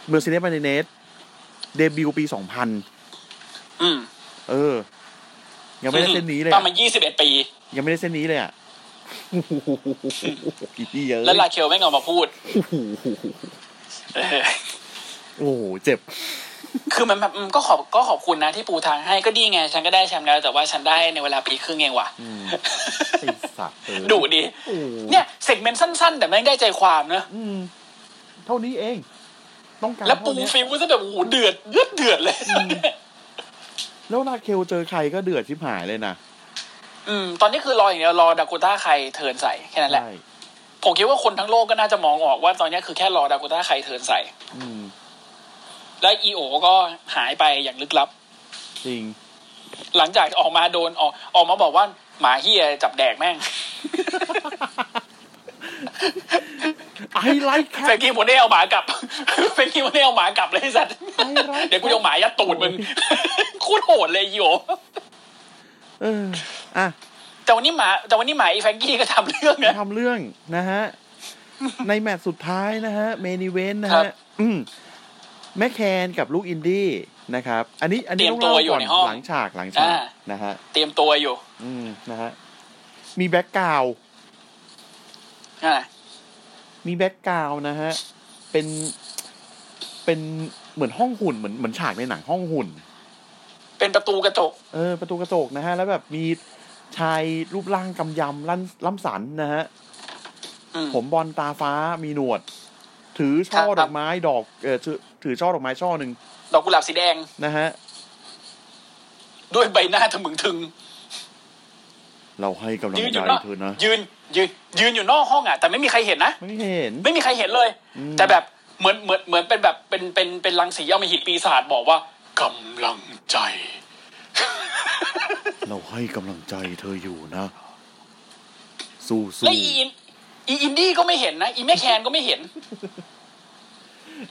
เมอร์เซเดสมาเนเนสเดบิวต์ปี 2000
อืม
เออ ยังไม่ได้เส้นนี้เลย
ตั้
อะ
งมายี่สิบเอ็ดปี
ยังไม่ได้เส้นนี้เลยอ่ะโอ้โหกี่ปีเยอะ
แล้วลาเคลไม่งออกมาพูด
โอ้โห
เออ
โอ้โหเจ็บ
คือมันแบบอืมก็ขอบก็ขอบคุณนะที่ปูทางให้ก็ดีไง ฉันก็ได้แชมป์แล้ว แต่ว่าฉันได้ในเวลาปีครึ่งเองว่ะ
อื ม ไอ้สัตว์เออ
ดุดี
โอ้โห
เนี่ยเซกเมนต์สั้นๆ แต่ไม่งได้ใจความนะ
อืม เท่านี้เอง ต้องการ
แล้วปู
เท่านี้
ฟิวซะแบบโอ้โหเดือดเลือดเดือดเลย
แล้วลาเคลเจอใครก็เดือดชิบหายเลยนะ
อืมตอนนี้คือรออย่างเดียวรอดากูต้าใครเทิร์นใส่แค่นั้นแหละ
ใช่
ผมคิดว่าคนทั้งโลกก็น่าจะมองออกว่าตอนนี้คือแค่รอดากูต้าใครเทิร์นใส่
อืม
และอีโอก็หายไปอย่างลึกลับ
จริง
หลังจากออกมาโดนออกออกมาบอกว่าหมาเฮียจับแดกแม่ง
I like
เฟ
cat
กกี้โมเน่เอาหมากลับ เฟกกี้โมเน่เอาหมากลับเลยไอ้สัตว์
ไอ้ร้าย
เดี๋ยวกูจะเอาหมายัดตูดมึง โคตรโหดเลยอีโอ
เออ อ่ะ
แต่วันนี้หมาแต่วันนี้หมาอีแฟกกี้ก็ทำเรื่อง
ไป
นะ
ทำเรื่องนะฮะ ในแมตช์สุดท้ายนะฮะ เมนิเวนนะครับ ฮะ อืม แม่แคนกับลูกอินดี้นะครับ อันนี้ อันนี้
เตรียมตัวอยู่ในห้อง
หลังฉากหลังฉาก
อ่า
นะฮะ
เตรียมตัวอยู่
อืม นะฮะ มีแบ็กกราว
อ่า
มีแบ็กกราวน์นะฮะ เป็น เป็นเหมือนห้องหุ่น เหมือนเหมือนฉากในหนังห้องหุ่น
เป็นประตูกระจก
เออ ประตูกระจกนะฮะ แล้วแบบมีชายรูปร่างกำยำลั่นล่ำสันนะฮะ
อืม
ผมบอลตาฟ้ามีหนวด ถือช่อ
ครับ
ดอกไม้ดอก เออถือถือช่อดอกไม้ช่อหนึ่ง
ดอกกุหลาบสีแดง
นะฮะ
ด้วยใบหน้าทะมึงทึง
เราให้กำลัง
ยืนอ
ใจ
ยู่นอก
เธอนะ
ยืนยืนยืนอยู่นอกห้องอ่ะแต่ไม่มีใครเห็นนะ
ไม่เห็น
ไม่มีใครเห็นเลย
อืม
แต่แบบเหมือนเหมือนเหมือนเป็นแบบเป็นเป็นเป็นรังสีอมหิตปีศาจบอกว่ากำลังใจ
เราให้กำลังใจเธออยู่นะ สู้
และ
สู้
อีอินอีอินดี้ก็ไม่เห็นนะ อีแม่แคนก็ไม่เห็น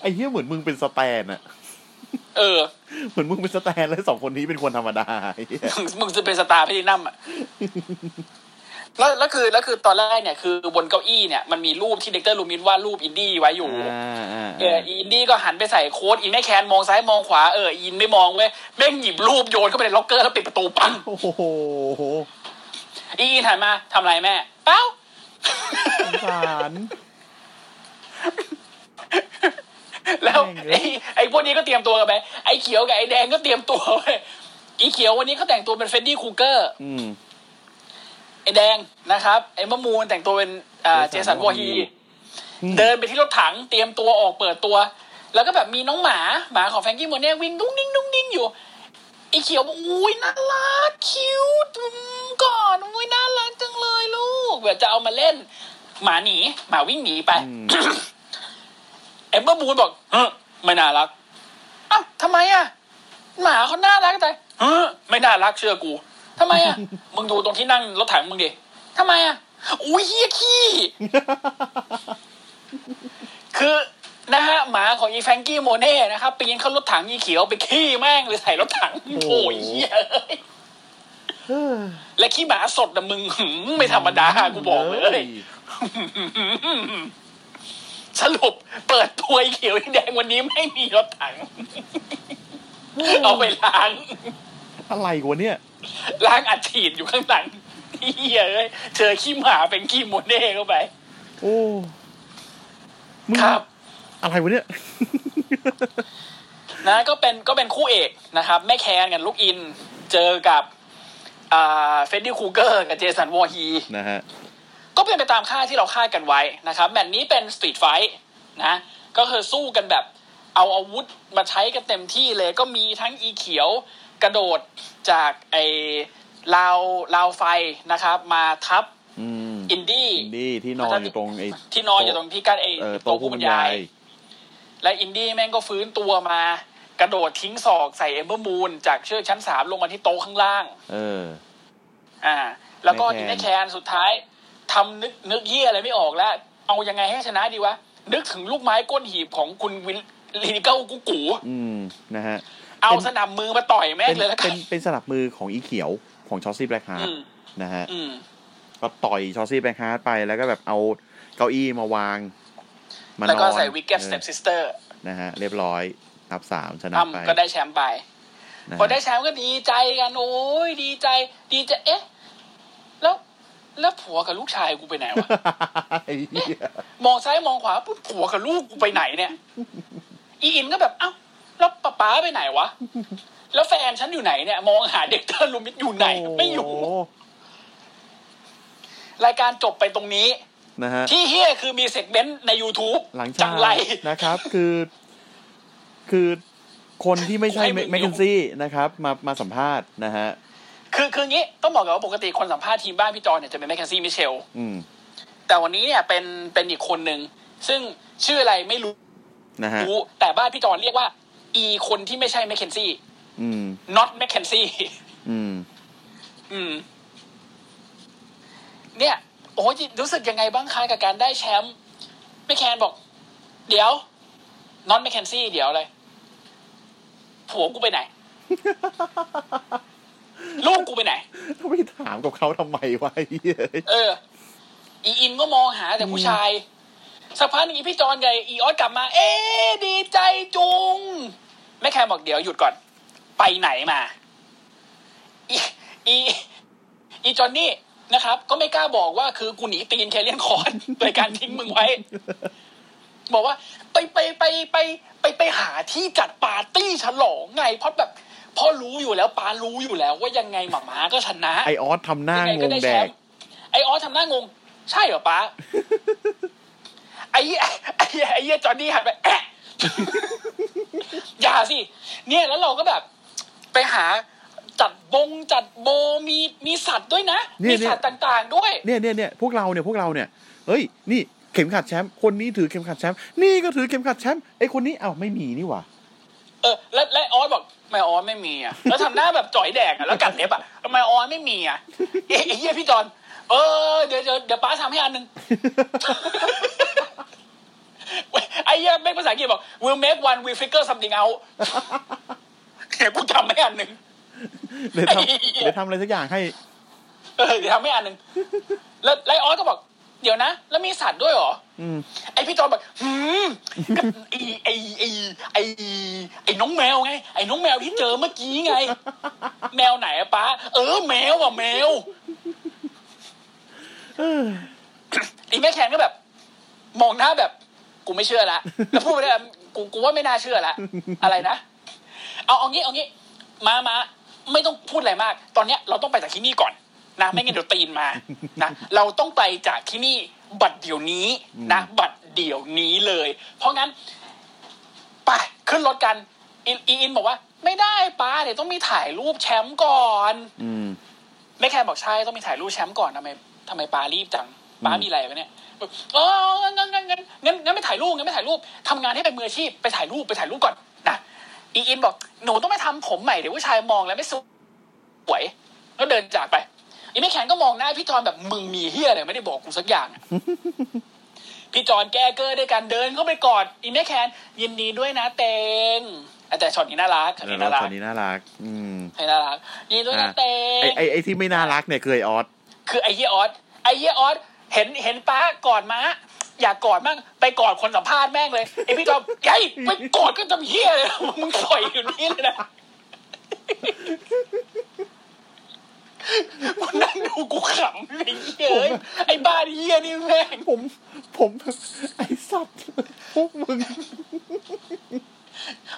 ไอ้เหี้ยเหมือนมึงเป็นสแตนอะ
เออ
เหมือนมึงเป็นสแตนแล้วสองคนนี้เป็นคนธรรมดา ไอ้เหี้ย
มึงมึงจะเป็นสตาร์แพลตินัม อ่ะ แล้วแล้วคือแล้วคือตอนแรกเนี่ยคือบนเก้าอี้เนี่ยมันมีรูปที่เด็กเตอร์ลูมินวาดรูปอินดี้ไว้อยู่
อ่าอ่า
เอออีอินดี้ก็หันไปใส่โค้ดอีแม่แคนมองซ้ายมองขวาเอออินไม่มองเว้ยแม่งหยิบรูปโยนเข้าไปในล็อกเกอร์แล้วปิดประตูปัง
โอ้โห
อีอินหันมาทำอะไรแม่เป้า
สงสาร
แล้ว
แม่งเลย
ไอ้ไอ้พวกนี้ก็เตรียมตัวกันไปไอ้เขียวกับไอ้แดงก็เตรียมตัวไปอีเขียววันนี้เขาแต่งตัวเป็นเฟรดดี้ครูเกอร์
อืม
ไอ้แดงนะครับ ไอ้มะมูนแต่งตัวเป็นอ่าเจ
เจสั
สัน
น
วอฮี
วอฮี
เดินไปที่รถถังเตรียมตัวออกเปิดตัว แล้วก็แบบมีน้องหมาหมาของแฟรงกี้โมเน่วิ่งดุ้งดิ้งดุ้งดิ้งอยู่ไอ้เขียวบอกอุ้ยน่ารักคิ้วตุ้มก่อนอุ้ยน่ารักจังเลยลูกเดี๋ยวจะเอามาเล่น หมาหนีหมาวิ่งหนีไป
อืม
เอมเบอร์บูนบอกเฮ้อไม่น่ารักเอ้าวทำไมอ่ะ หมาเขาน่ารักแต่เฮ้อไม่น่ารักเชื่อกูทำไมอ่ะ มึงดูตรงที่นั่งรถถังมึงดิทำไมอ่ะอุ้ยเฮียขี้ คือนะฮะหมาของอีแฟรงกี้โมเน่นะครับปีนเข้ารถถังอีเขียวไปขี้แม่งเลยใส่รถถัง
โอ้
โอ้
โห
ยเหี้ยเอ้ยและขี้หมาสดนะมึง หืมไม่ธรรมดากูบอกเลยสรุปเปิดตัวอีเขียวอีแดงวันนี้ไม่มีรถถัง เอาไปล้าง
อะไรวะเนี่ย
ล้างอัดฉีดอยู่ข้างหลังเฮียเอ้ยเจอขี้หมาเป็นขี้โมเน่เข้าไป
โอ้มึง
ครับ
อะไรวะเนี่ย
นะก็เป็นก็เป็นคู่เอกนะครับ แม่แคนกับลูกอินเจอกับอ่าเฟดดี้คูเกอร์กับเจสันวอร์ฮี
นะฮะ
ก็เป็นไปตามค่าดที่เราคาดกันไว้นะครับ แมตช์นี้เป็นสตรีทไฟท์นะ ก็คือสู้กันแบบเอาอาวุธมาใช้กันเต็มที่เลย ก็มีทั้งอีเขียวกระโดดจากไอ้ราวราวไฟนะครับ มาทับ
อืม
อินดี้
อินดี้ที่นอนอยู่ตรงไอ้
ที่นอนอยู่ตรงที่กั้นไอ้
เอ่อ
โต๊ะ
โต๊ะ
ผู้
ผู้
บบ
รร
รรยาย
าย ย
และอินดี้แม่งก็ฟื้นตัวมา กระโดดทิ้งศอกใส่เอมเบอร์มูนจากเชือกชั้นสามลงมาที่โต๊ะข้างล่าง
เออ
อ่า แล้วก็
ไม่
อิน
แคน
เนแคนสุดท้ายทำนึกนึกเยี่ยอะไรไม่ออกแล้ว เอายังไงให้ชนะดีวะ นึกถึงลูกไม้ก้นหีบของคุณวินลินิเก้ากุกู
อืม นะฮะ
เอาสนับมือมาต่อยแม่
เป็
ง
น
เลยแล้วกั
เป็น นเป็นสลับมือของอีเขียวของชอสซี่แบล็กฮาร์
อื
ด
ม
นะฮะ
อืม
ก็ต่อยชอสซี่แบล็กฮาร์ดไปแล้วก็แบบเอาเก้าอี้มาวางมา
แล้วก็
นอน
ใส่วิกเก็ต
อ
ส
อ
เต็ปซิสเตอร์
นะฮะ เรียบร้อยนับสามชนะ
อ้ํ
ไป
ก็ได้แชมป์ไป
นะฮะ
พอได้แชมป์ก็ดีใจกันโอ้ยดีใจ ดีใจเอ๊ะ แล้ว แล้วผัวกับลูกชายกูไปไหนวะ
ไอ้เหี้ย
มองซ้ายมองขวาปุ๊บผัวกับลูกกูไปไหนเนี่ย อีอินก็แบบเอ้าแล้วป๊าป๊าไปไหนวะ แล้วแฟนฉันอยู่ไหนเนี่ย มองหาเด็กเตอร์ลูมิดอยู่ไหนไม่อยู่
โโห
รายการจบไปตรงนี้
นะฮะ
ที่เฮียคือมีเซกเมนต์ใน YouTube
หลัง
จั
ฉาก
งไร
นะครับ คือ คือคนที่ไม่ใช่
ให้มึง
แมคเคนซี่นะครับ มามาสัมภาษณ์นะฮะ
คือคืองี้ต้องบอกกันว่าปกติคนสัมภาษณ์ทีมบ้านพี่จอนเนี่ยจะเป็นแมคเคนซี่มิเชล
อืม
แต่วันนี้เนี่ยเป็นเป็นอีกคนหนึ่งซึ่งชื่ออะไรไม่รู้
นะฮะ
รู้แต่บ้านพี่จอนเรียกว่า อีคนที่ไม่ใช่แมคเคนซี่
อืม
not แมคเคนซี่
อืม
อืม เนี่ย โอ้ยรู้สึกยังไงบ้างคะกับการได้แชมป์แมคแคนบอก เดี๋ยว นอนแมคเคนซี่เดี๋ยวเลยผัวกูไปไหน ลูกกูไปไหน
เขาไปถามกับเขาทำไมวะไอ้เหี้ย
เออ อีอินก็มองหาแต่ผู้ชาย สักพักหนึงอีพี่จอนกับอีออสกลับมา เอ๊ะดีใจจุงแม่แคมบอกเดี๋ยวหยุดก่อน ไปไหนมาอีอีอีจอนนี่นะครับ ก็ไม่กล้าบอกว่าคือกูหนีตีนแคเลียนคอน โดยการทิ้งมึงไว้ บอกว่า ไปไปไปไปไปไปหาที่จัดปาร์ตี้ฉลองไง เพราะแบบพ่อรู้อยู่แล้วปารู้อยู่แล้ว ว่ายังไงหมาม้าก็ชนะ
ไอออสทำหน้าง
ก็
ง
ได้
แด
แช
ก
มป์ไอออสทำหน้างง ใช่เหรอป้า ไอ้เหี้ยไอ้เหี้ยไอ้เหี้ยจอห์นนี่หันไปแอะ อย่าสิ เนี่ยแล้วเราก็แบบ ไปหา จัดบงจัดโบมีมีสัตว์ด้วยนะ
เนี่
มี
ยเนี่ย
สัตว์ต่างๆด้วย
เนี่ยเนี่ยเนี่ยพวกเราเนี่ยพวกเราเนี่ยเฮ้ย นี่เข็มขัดแชมป์คนนี้ถือเข็มขัดแชมป์นี่ก็ถือเข็มขัดแชมป์ไอ้คนนี้เอ้าวไม่มีนี่หว่า
เออแล้วแล้วออสบอกทำไม่ออสไม่มีอ่ะแล้วทำหน้าแบบจ่อยแดกอ่ะแล้วกัดเล็บอ่ะทำไมออสไม่มีอ่ะเอ๊ะไอ้เหี้ยพี่จอนเออเดี๋ยวเดี๋ยวเดี๋ยวป้าทำให้อันหนึ่งเว้ยไอ้เหี้ยแม่งภาษาอังกฤษบอก we'll make one we figure something out เดี๋ยวกูทำให้อันหนึ่ง
เดี๋ยวท
ไอ้เหี้
ำ
ย
เดี๋ยวทำอะไรสักอย่างให้
เออเดี๋ยวทำให้อันหนึ่งแล้วแล้วไอ้ออสก็บอก เดี๋ยวนะ แล้วมีสัตว์ด้วยเหรอ
อืม
ไอพี่จอนแบบหืมก็ไอไอไอไอไอน้องแมวไง ไอน้องแมวที่เจอเมื่อกี้ไง แมวไหนอะป้าเออแมวอะแมวไอแม่แคนก็แบบ มองหน้าแบบกูไม่เชื่อละแล้วพูดไปได้แบบกูกูว่าไม่น่าเชื่อละอะไรนะ เอาเอางี้เอางี้มามาไม่ต้องพูดอะไรมาก ตอนเนี้ยเราต้องไปจากที่นี่ก่อนนะไม่งั้นเดี๋ยวตีนมานะเราต้องไปจากที่นี่บัตรเดี๋ยวนี้นะบัตรเดี๋ยวนี้เลย เพราะงั้นไปขึ้นรถกันอินอินบอกว่า ไม่ได้ป้าเดี๋ยวต้องมีถ่ายรูปแชมป์ก่อน
อืม
แม่แค่บอกใช่ต้องมีถ่ายรูปแชมป์ก่อนทำไมทำไมป้ารีบจังป้ามีอะไรไปเนี่ยแบบเอองั้นงั้นงั้นงั้นงั้นไม่ถ่ายรูปงั้นไม่ถ่ายรูปทำงานให้เป็นมืออาชีพไปถ่ายรูปไปถ่ายรูปก่อนนะอีอินบอกหนูต้องไปทำผมใหม่เดี๋ยวผู้ชายมองแล้วไม่สวย ป่วยแล้วเดินจากไปอีแม่แขนก็มองหน้าพี่จอนแบบมึงมีเฮียอะไรไม่ได้บอกกูสักอย่างอะ พี่จอนแก้เกอร์ด้วยกันเดินเข้าไปกอดอีแม่แขนยินดีด้วยนะเตงอ่ะแต่ช็อตนี้น่ารักช็อตนี้
แล้ว
น่ารัก
ตอนนี้น่ารัก อืม
ใช่น่ารักยินดีด้วยนะ
อ่ะ
เต
ไอง ไอไอที่ไม่น่ารักเนี่ยคือไอออส
คือไอเฮียออสไอเฮียออสเห็นเห็นป้ากอดม้าอยากกอดมั่งไปกอดคนสัมภาษณ์แม่งเลยไอพี่จอนไอ้ยไปกอดก็ทำเฮียเลยมึงปล่อยอยู่นี่เลยนะมึงนั่งดูกูขำไอ้เฮียเอ้ยไอ้บ้าเฮียนี่แม่ง
ผม ผม ไอสัตว์พวกมึง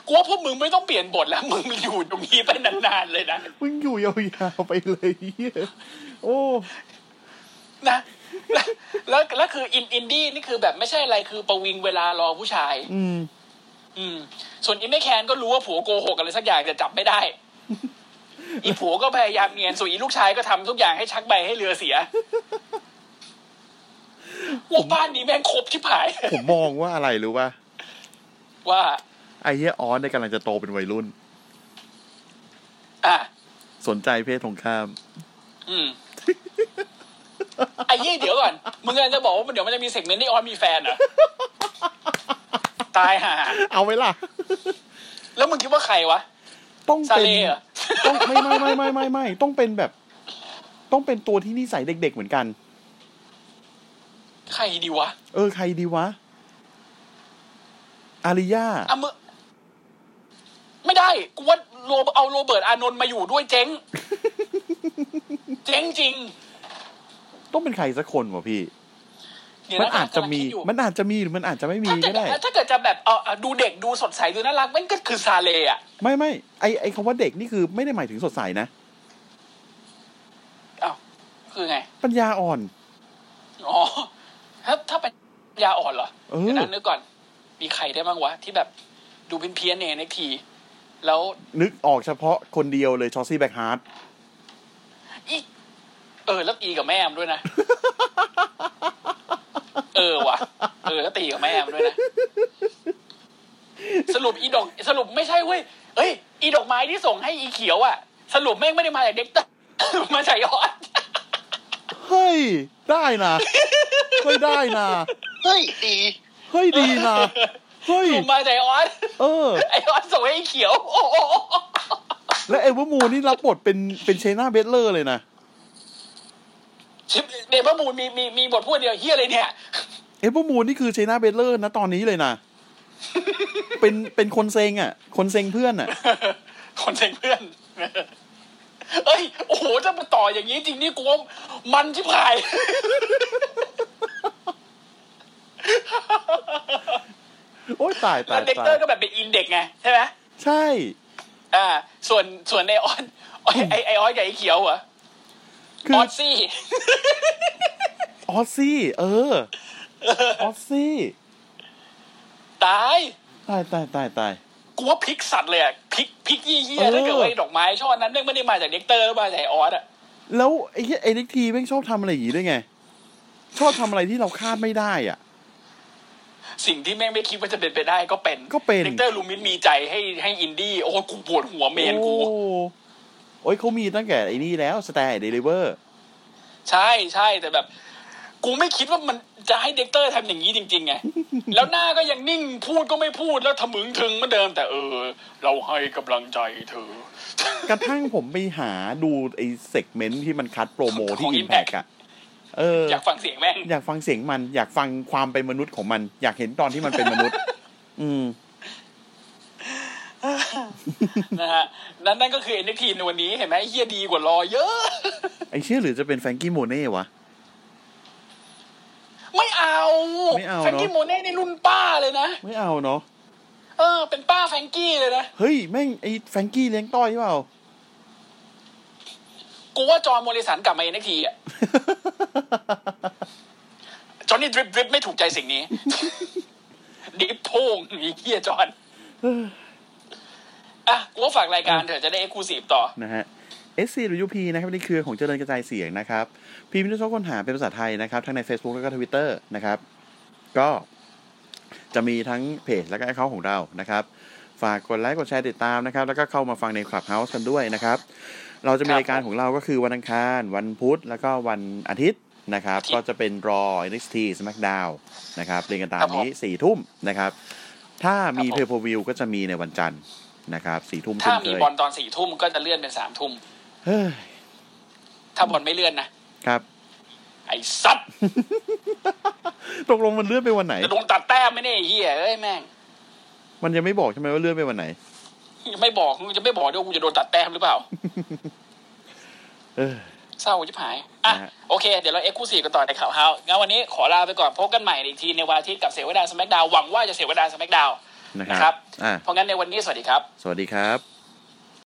กูว่าพวกมึงไม่ต้องเปลี่ยนบทแล้ว มึงอยู่ตรงนี้ไปนานๆเลยนะ
มึงอยู่ยาวๆไปเลยเหี้ยโอ้
นะแล้วแล้วแล้วคืออินอินดี้นี่คือแบบไม่ใช่อะไรคือประวิงเวลารอผู้ชาย
อืม
อืม ส่วนอินไม่แคนก็รู้ว่าผัวโกหกอะไรสักอย่างแต่จับไม่ได้ อีผัวก็พยายามเนียนส่วนอีลูกชายก็ทำทุกอย่างให้ชักใบให้เรือเสียโอ้บ้านนี้แม่งครบชิบหาย
ผมมองว่าอะไรรู้ป่ะ
ว่า
ไอเหี้ยออสเนี่ยกำลังจะโตเป็นวัยรุ่น
อ่ะ
สนใจเพศตรงข้าม
อืม ไอ้ยี่เดี๋ยวก่อน มึงกำลังจะบอกว่าเดี๋ยวมันจะมีเซกเมนต์ที่ออนมีแฟนเหรอ ตายห่า
เอาไว้ล่ะ
แล้วมึงคิดว่าใครวะ
ต้อง
ซา
เป็น
เล่เหรอ
ต้องไม่ไม่ไม่ไม่ไม่ไม่ต้องเป็นแบบ ต้องเป็นตัวที่นิสัยเด็ก ๆ เหมือนกัน
ใครดีวะ
เออ ใครดีวะ อาริยา
อ่ะมึงไม่ได้ กูว่าโรเอาโรเบิร์ตอานนท์มาอยู่ด้วยเจ๊ ง เจ๊งจริง
ต้องเป็นใครสักคนวะพี่
เดี๋ยว
มัน
ค
อาจจะมี
กำลังคิดอยู่
มันอาจจะมีหรือมันอาจจะไม่มี
ถ้าเกิ
ก็
ด
ได้
ถ้าเกิดจะแบบเออดูเด็กดูสดใสดูน่ารักมันก็คือซาเล่อะ
ไม่ไม่ไอไอคำว่าเด็กนี่คือไม่ได้หมายถึงสดใสนะ
เอ้าคือไง
ปัญญาอ่อน
อ๋อถ้าถ้าเป็นยาอ่อนเหรอ
เออ
เดี๋ยวนะนึกก่อน มีใครได้บ้างวะ ที่แบบดูเป็นเพี้ยนๆเนนที แล้ว
นึกออกเฉพาะคนเดียวเลยชอซี่แบ็กฮาร์ด
อีเออ แล้วตีกับแม่มนด้วยนะ เออวะเออแล้วตีกับแม่มนด้วยนะ สรุปอีดอกสรุปไม่ใช่เว้ยเอ้ย อีดอกไม้ที่ส่งให้อีเขียวอ่ะ สรุปแม่งไม่ได้มาจากเด็ กเตอร์ มาจากยอด
เฮ้ย ได้นะเฮ้ยได้นะ
เฮ้ยดี
เฮ้ยดีนะเฮ้ย
สรุปมาจากยอด
เออ
ไอออดส่งให้อีเขียว โอ้โห
และเอเวอร์มูนนี่รับบทเป็นเป็นเชน่าเบดเลอร์เลยนะ
ชิบเดบมูลมีมีมีบทพูดเดียวเฮียอะไรเนี่ย
เอเวอร์มูนนี่คือเชน่าเบดเลอร์นะตอนนี้เลยนะ เป็นเป็นคนเซงอ่ะ คนเซงเพื่อนอ่ะ
คนเซ็งเพื่อน เอ้ย โอ้โห ถ้ามาต่ออย่างนี้จริงนี่กูว่ามันชิบหาย
โอ้ยตายตา
แล้
ยว
เด็ก
ตา
เตอย ร์ก็แบบเป็นอินเด็กไง ใช่ไหม
ใช่
อ่า ส่วนส่วนไอออนไอไอไอออนกับไอเขียวเหรอ
คือ อ
อสซี่
ออสซี่ เออออสซี่
ตาย
ตายตายตายตาย
กูว่าพลิกสัตว์เลยอะพลิกพลิกยี่เยี่ยถ้าเกิดว่าไอ้ดอกไม้ช่อนั้นแม่งไม่ได้มาจากเด็กเตอร์หรือมาจากไอ้ออสอะ
แล้วไอ้เหี้ยเอ็นเอ็กทีแม่งชอบทำอะไรอย่างงี้ด้วยไง ชอบทำอะไรที่เราคาดไม่ได้อ่ะ
สิ่งที่แม่งไม่คิดว่าจะเป็นไปได้ก็เป็น
ก็เป็น
ด็กเตอร์ลูมินมีใจให้ให้อินดี้ โอ้ยกูปวดหัวเมนกู
โอ้โอ้ยเขามีตั้งแต่ไอ้นี่แล้วสแตนเดลิเวอร์
ใช่ใช่แต่แบบ กูไม่คิดว่ามันจะให้เด็กเตอร์ทำอย่างนี้จ ริงๆไง แล้วหน้าก็ยังนิ่งพูดก็ไม่พูดแล้วทะมึงถึงเหมือนเดิม แต่เออ เราให้กำลังใจเธอ
กระทั่งผมไปหาดูไอ้เซกเมนต์ที่มันคัดโปรโมที่
ของ
อินแพ
Impact
กอะเออ
อยากฟังเสียงแม่ง
อยากฟังเสียงมัน อยากฟังความเป็นมนุษย์ของมัน อยากเห็นตอนที่มันเป็นม นุษย์ อืม
นะฮะ นั่นนั่นก็คือ NXT ในวันนี้เห็นไหมไอ้เฮียดีกว่ารอเยอะ
ไอ้เชื่อหรือจะเป็นแฟรงกี้โมเน่วะ
ไม่เอา
ไม่เอาเนอะ
แฟรงกี้โมเน่ในรุ่นป้าเลยนะ
ไม่เอาเนาะ
เออ เป็นป้าแฟรงกี้เลยนะ
เฮ้ยแม่งไอ้แฟรงกี้เลี้ยงต้อยเปล่า
กูว่าจอห์นโมริสันกลับมา NXT อ่ะ จอห์นนี่ดริปดริปไม่ถูกใจสิ่ง นี้ ดริปโพงไอ้เฮียจอห์นอ่ะกูว่าฝากรายการเถอะจะได้เอ็กซ์คลูซีฟต่อ
นะฮะ S C หรือ U P นะครับนี่คือของเจริญกระจายเสียงนะครับ พิมพ์ด้วยช่องค้นหาเป็นภาษาไทยนะครับ ทั้งใน Facebook แล้วก็ Twitter นะครับ ก็จะมีทั้งเพจแล้วก็แอคเคาท์ของเรานะครับ ฝากกดไลค์กดแชร์ติดตามนะครับ แล้วก็เข้ามาฟังใน Clubhouse กันด้วยนะครับ เราจะมี
ครับ
รายการของเราก็คือวันอังคาร วันพุธแล้วก็วันอาทิตย์นะครับ
อาทิตย์
ก็จะเป็นรอ NXT SmackDown นะครับเรียนกันตาม
ครับผม
นี้4ี่ทุ่มนะครับ ถ้ามี
ค
เพ
รับผม
ย์โพวิวก็จะมีในวันจันทร์นะครับสี่ทุ่มเช่
ถ้าน
เค
มี
ย
บอลตอนสี่ทุ่มก็จะเลื่อนเป็นสามทุ่ม
เฮ้ย
ถ้าบอลไม่เลื่อนนะ
ครับ
ไอ้ซัด
ตกลงมันเลื่อนไปวันไหน
จะโดนตัดแต้มไหมเนี่ยไอ้เฮียเอ้ยแม่ง
มันยังไม่บอกใช่ไหมว่าเลื่อนไปวันไหน
ยังไม่บอกมึงจะไม่บอกด้วยกูจะโดนตัดแต้มหรือเปล่า
เออ
เศร้าชิบหาย อ่ะ
นะฮะ
โอเค เดี๋ยวเราเอ็กซ์คลูซีฟกันต่อในข่าวเฮางั้นวันนี้ขอลาไปก่อนพบกันใหม่ในอีกทีในวันอาทิตย์กับเสวนาสแมกดาวหวังว่าจะเสวนาสแมกดาว
นะ
นะ
ค
ค
รั
รับ บ
อ่า
เพราะงั้นในวันนี้สวัสดีครับ
สวัสดีครับ